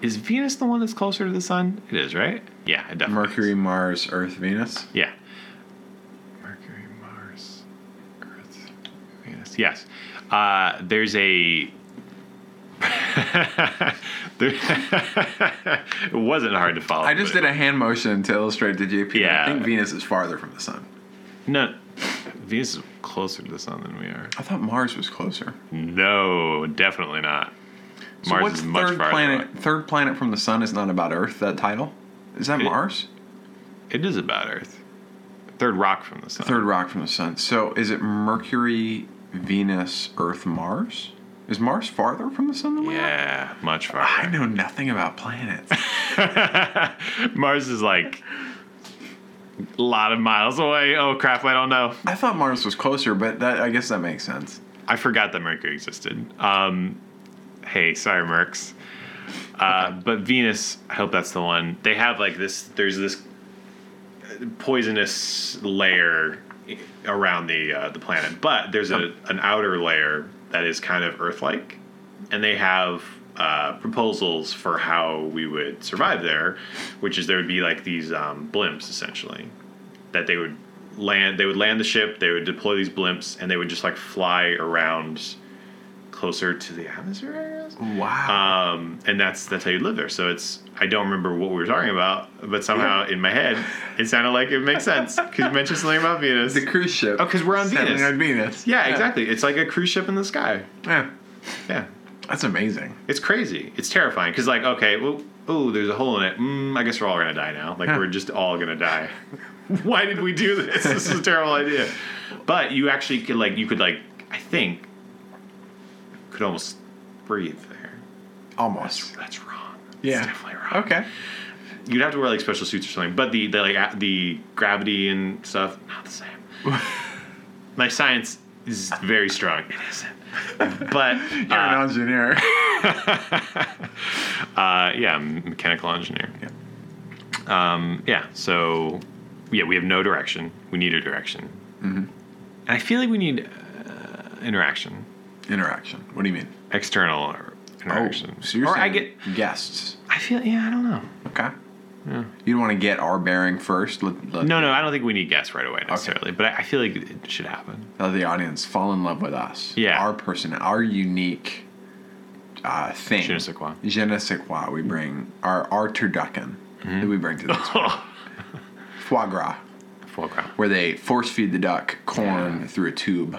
[SPEAKER 2] Is Venus the one that's closer to the sun? It is, right? Yeah, it definitely. is.
[SPEAKER 1] Mercury, Mars, Earth, Venus.
[SPEAKER 2] Yeah. Mercury, Mars, Earth, Venus. Yes. Uh, there's a. there, it wasn't hard to follow.
[SPEAKER 1] I just
[SPEAKER 2] but-
[SPEAKER 1] did a hand motion to illustrate to JP. that
[SPEAKER 2] Yeah.
[SPEAKER 1] I think Venus is farther from the sun.
[SPEAKER 2] No. Venus is closer to the sun than we are.
[SPEAKER 1] I thought Mars was closer.
[SPEAKER 2] No, definitely not.
[SPEAKER 1] So
[SPEAKER 2] Mars
[SPEAKER 1] what's
[SPEAKER 2] is much
[SPEAKER 1] third
[SPEAKER 2] farther.
[SPEAKER 1] planet?
[SPEAKER 2] away.
[SPEAKER 1] Third planet from the sun is not about Earth. That title is that
[SPEAKER 2] It-
[SPEAKER 1] Mars?
[SPEAKER 2] It is about Earth. Third rock from the sun.
[SPEAKER 1] Third rock from the sun. So is it Mercury, Venus, Earth, Mars? Is Mars farther from the sun than we are?
[SPEAKER 2] Yeah, much farther.
[SPEAKER 1] I know nothing about planets.
[SPEAKER 2] Mars is like a lot of miles away. Oh crap, I don't know.
[SPEAKER 1] I thought Mars was closer, but that I guess that makes sense.
[SPEAKER 2] I forgot that Mercury existed. Um, hey, sorry, Mercs. Uh, but Venus, I hope that's the one. They have like this. There's this poisonous layer around the uh, the planet, but there's a, an outer layer that is kind of Earth-like, and they have uh, proposals for how we would survive there, which is there would be like these um, blimps essentially that they would land they would land the ship they would deploy these blimps and they would just like fly around closer to the atmosphere I guess?
[SPEAKER 1] Wow.
[SPEAKER 2] um, and that's that's how you live there so it's i don't remember what we were talking about but somehow in my head it sounded like it makes sense because you mentioned something about venus
[SPEAKER 1] the cruise ship.
[SPEAKER 2] Oh, 'cause we're on
[SPEAKER 1] sailing
[SPEAKER 2] Venus.
[SPEAKER 1] on Venus.
[SPEAKER 2] yeah exactly it's like a cruise ship in the sky
[SPEAKER 1] Yeah.
[SPEAKER 2] yeah
[SPEAKER 1] That's amazing.
[SPEAKER 2] it's crazy it's terrifying because like okay well oh there's a hole in it mm, i guess we're all gonna die now like
[SPEAKER 1] Huh.
[SPEAKER 2] we're just all gonna die why did we do this this is a terrible idea but you actually could like you could like i think could almost breathe there
[SPEAKER 1] Almost.
[SPEAKER 2] that's wrong
[SPEAKER 1] Yeah.
[SPEAKER 2] it's definitely wrong
[SPEAKER 1] Okay.
[SPEAKER 2] you'd have to wear like special suits or something but the, the like a- the gravity and stuff not the same my science is very strong it isn't but
[SPEAKER 1] You're
[SPEAKER 2] uh,
[SPEAKER 1] an engineer.
[SPEAKER 2] Uh, yeah, I'm a mechanical engineer. Yeah. Um, yeah. So, yeah, we have no direction. We need a direction. Mm-hmm. And I feel like we need uh, interaction,
[SPEAKER 1] Interaction. What do you mean?
[SPEAKER 2] external interaction.
[SPEAKER 1] Oh, so you're
[SPEAKER 2] or
[SPEAKER 1] saying
[SPEAKER 2] I get.
[SPEAKER 1] guests.
[SPEAKER 2] I feel. Yeah, I don't know.
[SPEAKER 1] Okay. You don't want to get our bearing first. Let, let,
[SPEAKER 2] No, no, I don't think we need guests right away necessarily. But I, I feel like it should happen.
[SPEAKER 1] let the audience fall in love with us.
[SPEAKER 2] Yeah.
[SPEAKER 1] Our person, our unique uh, thing.
[SPEAKER 2] Je ne sais quoi.
[SPEAKER 1] Je ne sais quoi. We bring our our turducken
[SPEAKER 2] Mm-hmm.
[SPEAKER 1] that we bring to this foie gras,
[SPEAKER 2] Foie gras.
[SPEAKER 1] where they force feed the duck corn through a tube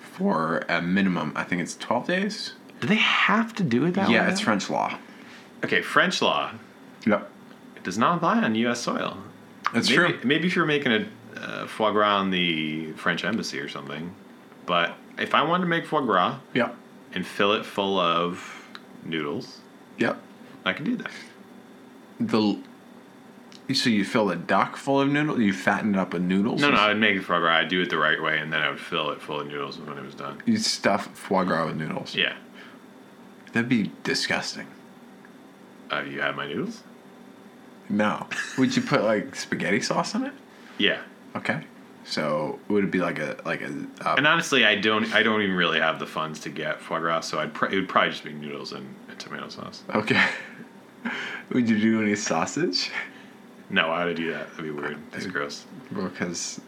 [SPEAKER 1] for a minimum. I think it's twelve days.
[SPEAKER 2] Do they have to do it that way?
[SPEAKER 1] yeah, it's French law.
[SPEAKER 2] Okay, French law
[SPEAKER 1] Yep,
[SPEAKER 2] it does not apply on U.S. soil.
[SPEAKER 1] that's
[SPEAKER 2] maybe,
[SPEAKER 1] true.
[SPEAKER 2] Maybe if you're making a uh, foie gras on the French embassy or something. But if I wanted to make foie gras
[SPEAKER 1] Yep,
[SPEAKER 2] and fill it full of noodles,
[SPEAKER 1] yep.
[SPEAKER 2] I can do that.
[SPEAKER 1] The so you fill the duck full of noodles. You fatten it up with noodles.
[SPEAKER 2] No, no, I would make a foie gras. I'd do it the right way, and then I would fill it full of noodles when it was done.
[SPEAKER 1] You stuff foie gras with noodles.
[SPEAKER 2] Yeah.
[SPEAKER 1] That'd be disgusting.
[SPEAKER 2] Uh, you had my noodles?
[SPEAKER 1] No. Would you put like spaghetti sauce on it?
[SPEAKER 2] Yeah.
[SPEAKER 1] Okay. So would it be like a like a uh,
[SPEAKER 2] And honestly, I don't. I don't even really have the funds to get foie gras, so I'd pr- it would probably just be noodles and, and tomato sauce.
[SPEAKER 1] okay? would you do any sausage?
[SPEAKER 2] No, why would I do that? That'd be weird. That's gross.
[SPEAKER 1] Because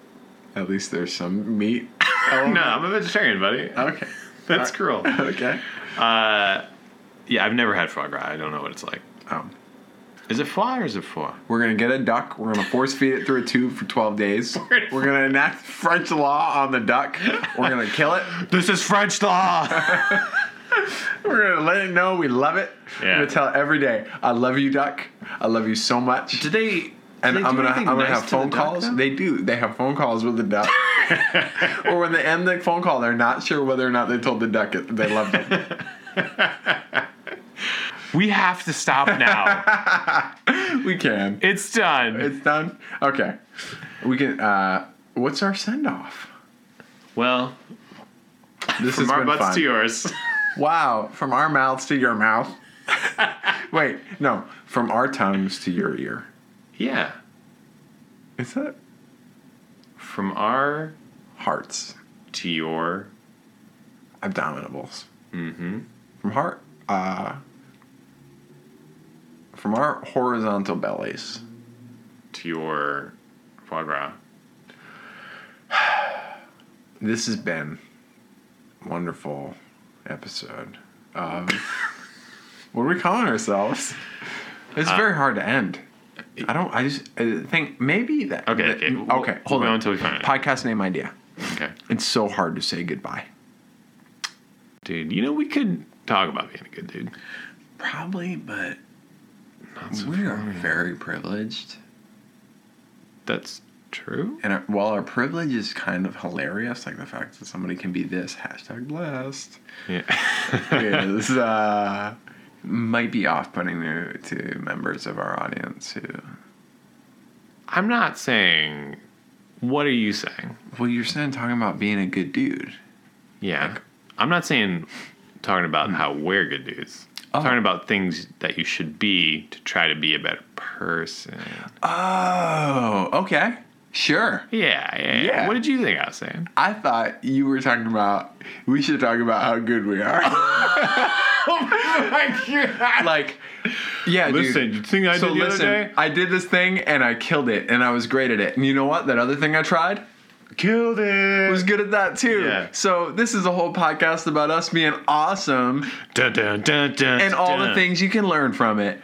[SPEAKER 1] at least there's some meat.
[SPEAKER 2] No, I'm a vegetarian, buddy.
[SPEAKER 1] Okay.
[SPEAKER 2] That's cruel.
[SPEAKER 1] Okay.
[SPEAKER 2] Yeah, I've never had foie gras. I don't know what it's like.
[SPEAKER 1] Um,
[SPEAKER 2] Is it foie or is it foie?
[SPEAKER 1] we're gonna get a duck. We're gonna force feed it through a tube for 12 days. We're gonna enact French law on the duck. We're gonna kill it.
[SPEAKER 2] This is French law.
[SPEAKER 1] We're gonna let it know we love it.
[SPEAKER 2] Yeah.
[SPEAKER 1] We're gonna tell it every day, I love you, duck. I love you so much.
[SPEAKER 2] do they? do
[SPEAKER 1] and
[SPEAKER 2] they
[SPEAKER 1] I'm gonna
[SPEAKER 2] do
[SPEAKER 1] I'm
[SPEAKER 2] anything
[SPEAKER 1] gonna
[SPEAKER 2] nice
[SPEAKER 1] have
[SPEAKER 2] to
[SPEAKER 1] phone
[SPEAKER 2] the duck,
[SPEAKER 1] calls.
[SPEAKER 2] though?
[SPEAKER 1] they do. They have phone calls with the duck. or when they end the phone call, they're not sure whether or not they told the duck it, they loved it.
[SPEAKER 2] we have to stop now.
[SPEAKER 1] we can.
[SPEAKER 2] it's done.
[SPEAKER 1] It's done. Okay. We can. uh What's our send off?
[SPEAKER 2] Well,
[SPEAKER 1] This
[SPEAKER 2] from
[SPEAKER 1] has
[SPEAKER 2] our
[SPEAKER 1] been
[SPEAKER 2] butts
[SPEAKER 1] fun.
[SPEAKER 2] to yours.
[SPEAKER 1] Wow, from our mouths to your mouth. Wait, no, from our tongues to your ear.
[SPEAKER 2] yeah.
[SPEAKER 1] Is that
[SPEAKER 2] From our
[SPEAKER 1] hearts,
[SPEAKER 2] to your.
[SPEAKER 1] abdominals?
[SPEAKER 2] Mm-hmm.
[SPEAKER 1] From heart, uh, from our horizontal bellies.
[SPEAKER 2] To your foie gras.
[SPEAKER 1] This has been a wonderful episode of what are we calling ourselves?
[SPEAKER 2] Uh,
[SPEAKER 1] It's very hard to end. I don't. I just I think maybe that.
[SPEAKER 2] Okay,
[SPEAKER 1] that-
[SPEAKER 2] okay. We'll-
[SPEAKER 1] okay. Hold
[SPEAKER 2] we'll go
[SPEAKER 1] on
[SPEAKER 2] until we find it.
[SPEAKER 1] Podcast name idea.
[SPEAKER 2] Okay.
[SPEAKER 1] It's so hard to say goodbye.
[SPEAKER 2] Dude, you know, we could talk about being a good dude.
[SPEAKER 1] Probably, but
[SPEAKER 2] Not so
[SPEAKER 1] we are
[SPEAKER 2] far.
[SPEAKER 1] very privileged,
[SPEAKER 2] That's true.
[SPEAKER 1] and our, while our privilege is kind of hilarious, like the fact that somebody can be this hashtag blessed,
[SPEAKER 2] Yeah.
[SPEAKER 1] is uh, might be off-putting to, to members of our audience who.
[SPEAKER 2] I'm not saying. What are you saying?
[SPEAKER 1] Well, you're saying talking about being a good dude.
[SPEAKER 2] Yeah. I'm not saying talking about how we're good dudes.
[SPEAKER 1] Oh.
[SPEAKER 2] I'm talking about things that you should be to try to be a better person.
[SPEAKER 1] Oh, okay, sure.
[SPEAKER 2] Yeah, yeah.
[SPEAKER 1] Yeah.
[SPEAKER 2] yeah. What did you think I was saying?
[SPEAKER 1] I thought you were talking about we should talk about how good we are.
[SPEAKER 2] Oh
[SPEAKER 1] like, yeah, dude.
[SPEAKER 2] Listen, you think I
[SPEAKER 1] so
[SPEAKER 2] did the
[SPEAKER 1] listen,
[SPEAKER 2] other day?
[SPEAKER 1] I did this thing and I killed it and I was great at it. And you know what? That other thing I tried
[SPEAKER 2] Killed it.
[SPEAKER 1] was good at that too.
[SPEAKER 2] Yeah.
[SPEAKER 1] So this is a whole podcast about us being awesome
[SPEAKER 2] Dun, dun, dun, dun,
[SPEAKER 1] and all the
[SPEAKER 2] dun.
[SPEAKER 1] things you can learn from it.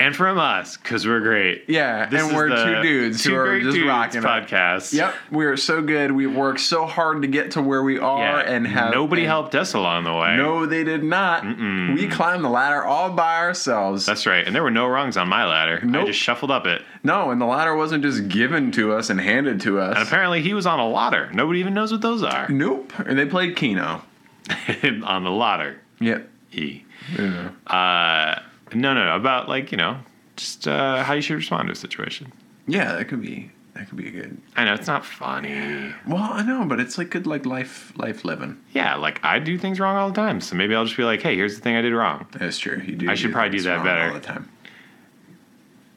[SPEAKER 2] And from us, because we're great.
[SPEAKER 1] Yeah,
[SPEAKER 2] This
[SPEAKER 1] and
[SPEAKER 2] is
[SPEAKER 1] we're
[SPEAKER 2] the
[SPEAKER 1] two dudes
[SPEAKER 2] Two
[SPEAKER 1] who are
[SPEAKER 2] Great
[SPEAKER 1] just
[SPEAKER 2] Dudes
[SPEAKER 1] rocking it.
[SPEAKER 2] podcast.
[SPEAKER 1] Yep, we are so good. We've worked so hard to get to where we are
[SPEAKER 2] Yeah.
[SPEAKER 1] and have
[SPEAKER 2] nobody
[SPEAKER 1] and
[SPEAKER 2] helped us along the way.
[SPEAKER 1] No, they did not. We climbed the ladder all by ourselves.
[SPEAKER 2] That's right. And there were no rungs on my ladder. I
[SPEAKER 1] Nope.
[SPEAKER 2] just shuffled up it.
[SPEAKER 1] no, and the ladder wasn't just given to us and handed to us.
[SPEAKER 2] And apparently he was on a ladder. Nobody even knows what those are.
[SPEAKER 1] nope. And they played Keno. Mm.
[SPEAKER 2] on the ladder.
[SPEAKER 1] Yep.
[SPEAKER 2] E.
[SPEAKER 1] Yeah.
[SPEAKER 2] Uh, no, no, no. About like you know, just uh, how you should respond to a situation.
[SPEAKER 1] Yeah, that could be that could be a good.
[SPEAKER 2] I know it's not funny.
[SPEAKER 1] Well, I know, but it's like good like life life living.
[SPEAKER 2] Yeah, like I do things wrong all the time. So maybe I'll just be like, hey, here's the thing I did wrong.
[SPEAKER 1] That's true. You do.
[SPEAKER 2] I should probably do
[SPEAKER 1] things
[SPEAKER 2] that
[SPEAKER 1] wrong
[SPEAKER 2] better.
[SPEAKER 1] all the time.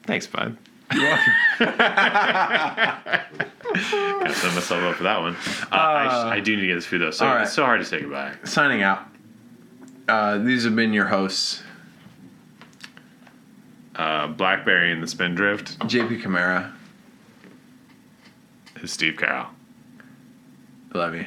[SPEAKER 2] Thanks, bud.
[SPEAKER 1] You're welcome.
[SPEAKER 2] Gotta set myself up for that one. Uh, I, sh- I do need to get this food though. So
[SPEAKER 1] all right.
[SPEAKER 2] it's so hard to say goodbye.
[SPEAKER 1] Signing out. Uh, these have been your hosts,
[SPEAKER 2] Uh, Blackberry and the Spindrift
[SPEAKER 1] JP Camara.
[SPEAKER 2] is Steve Carroll.
[SPEAKER 1] Love you.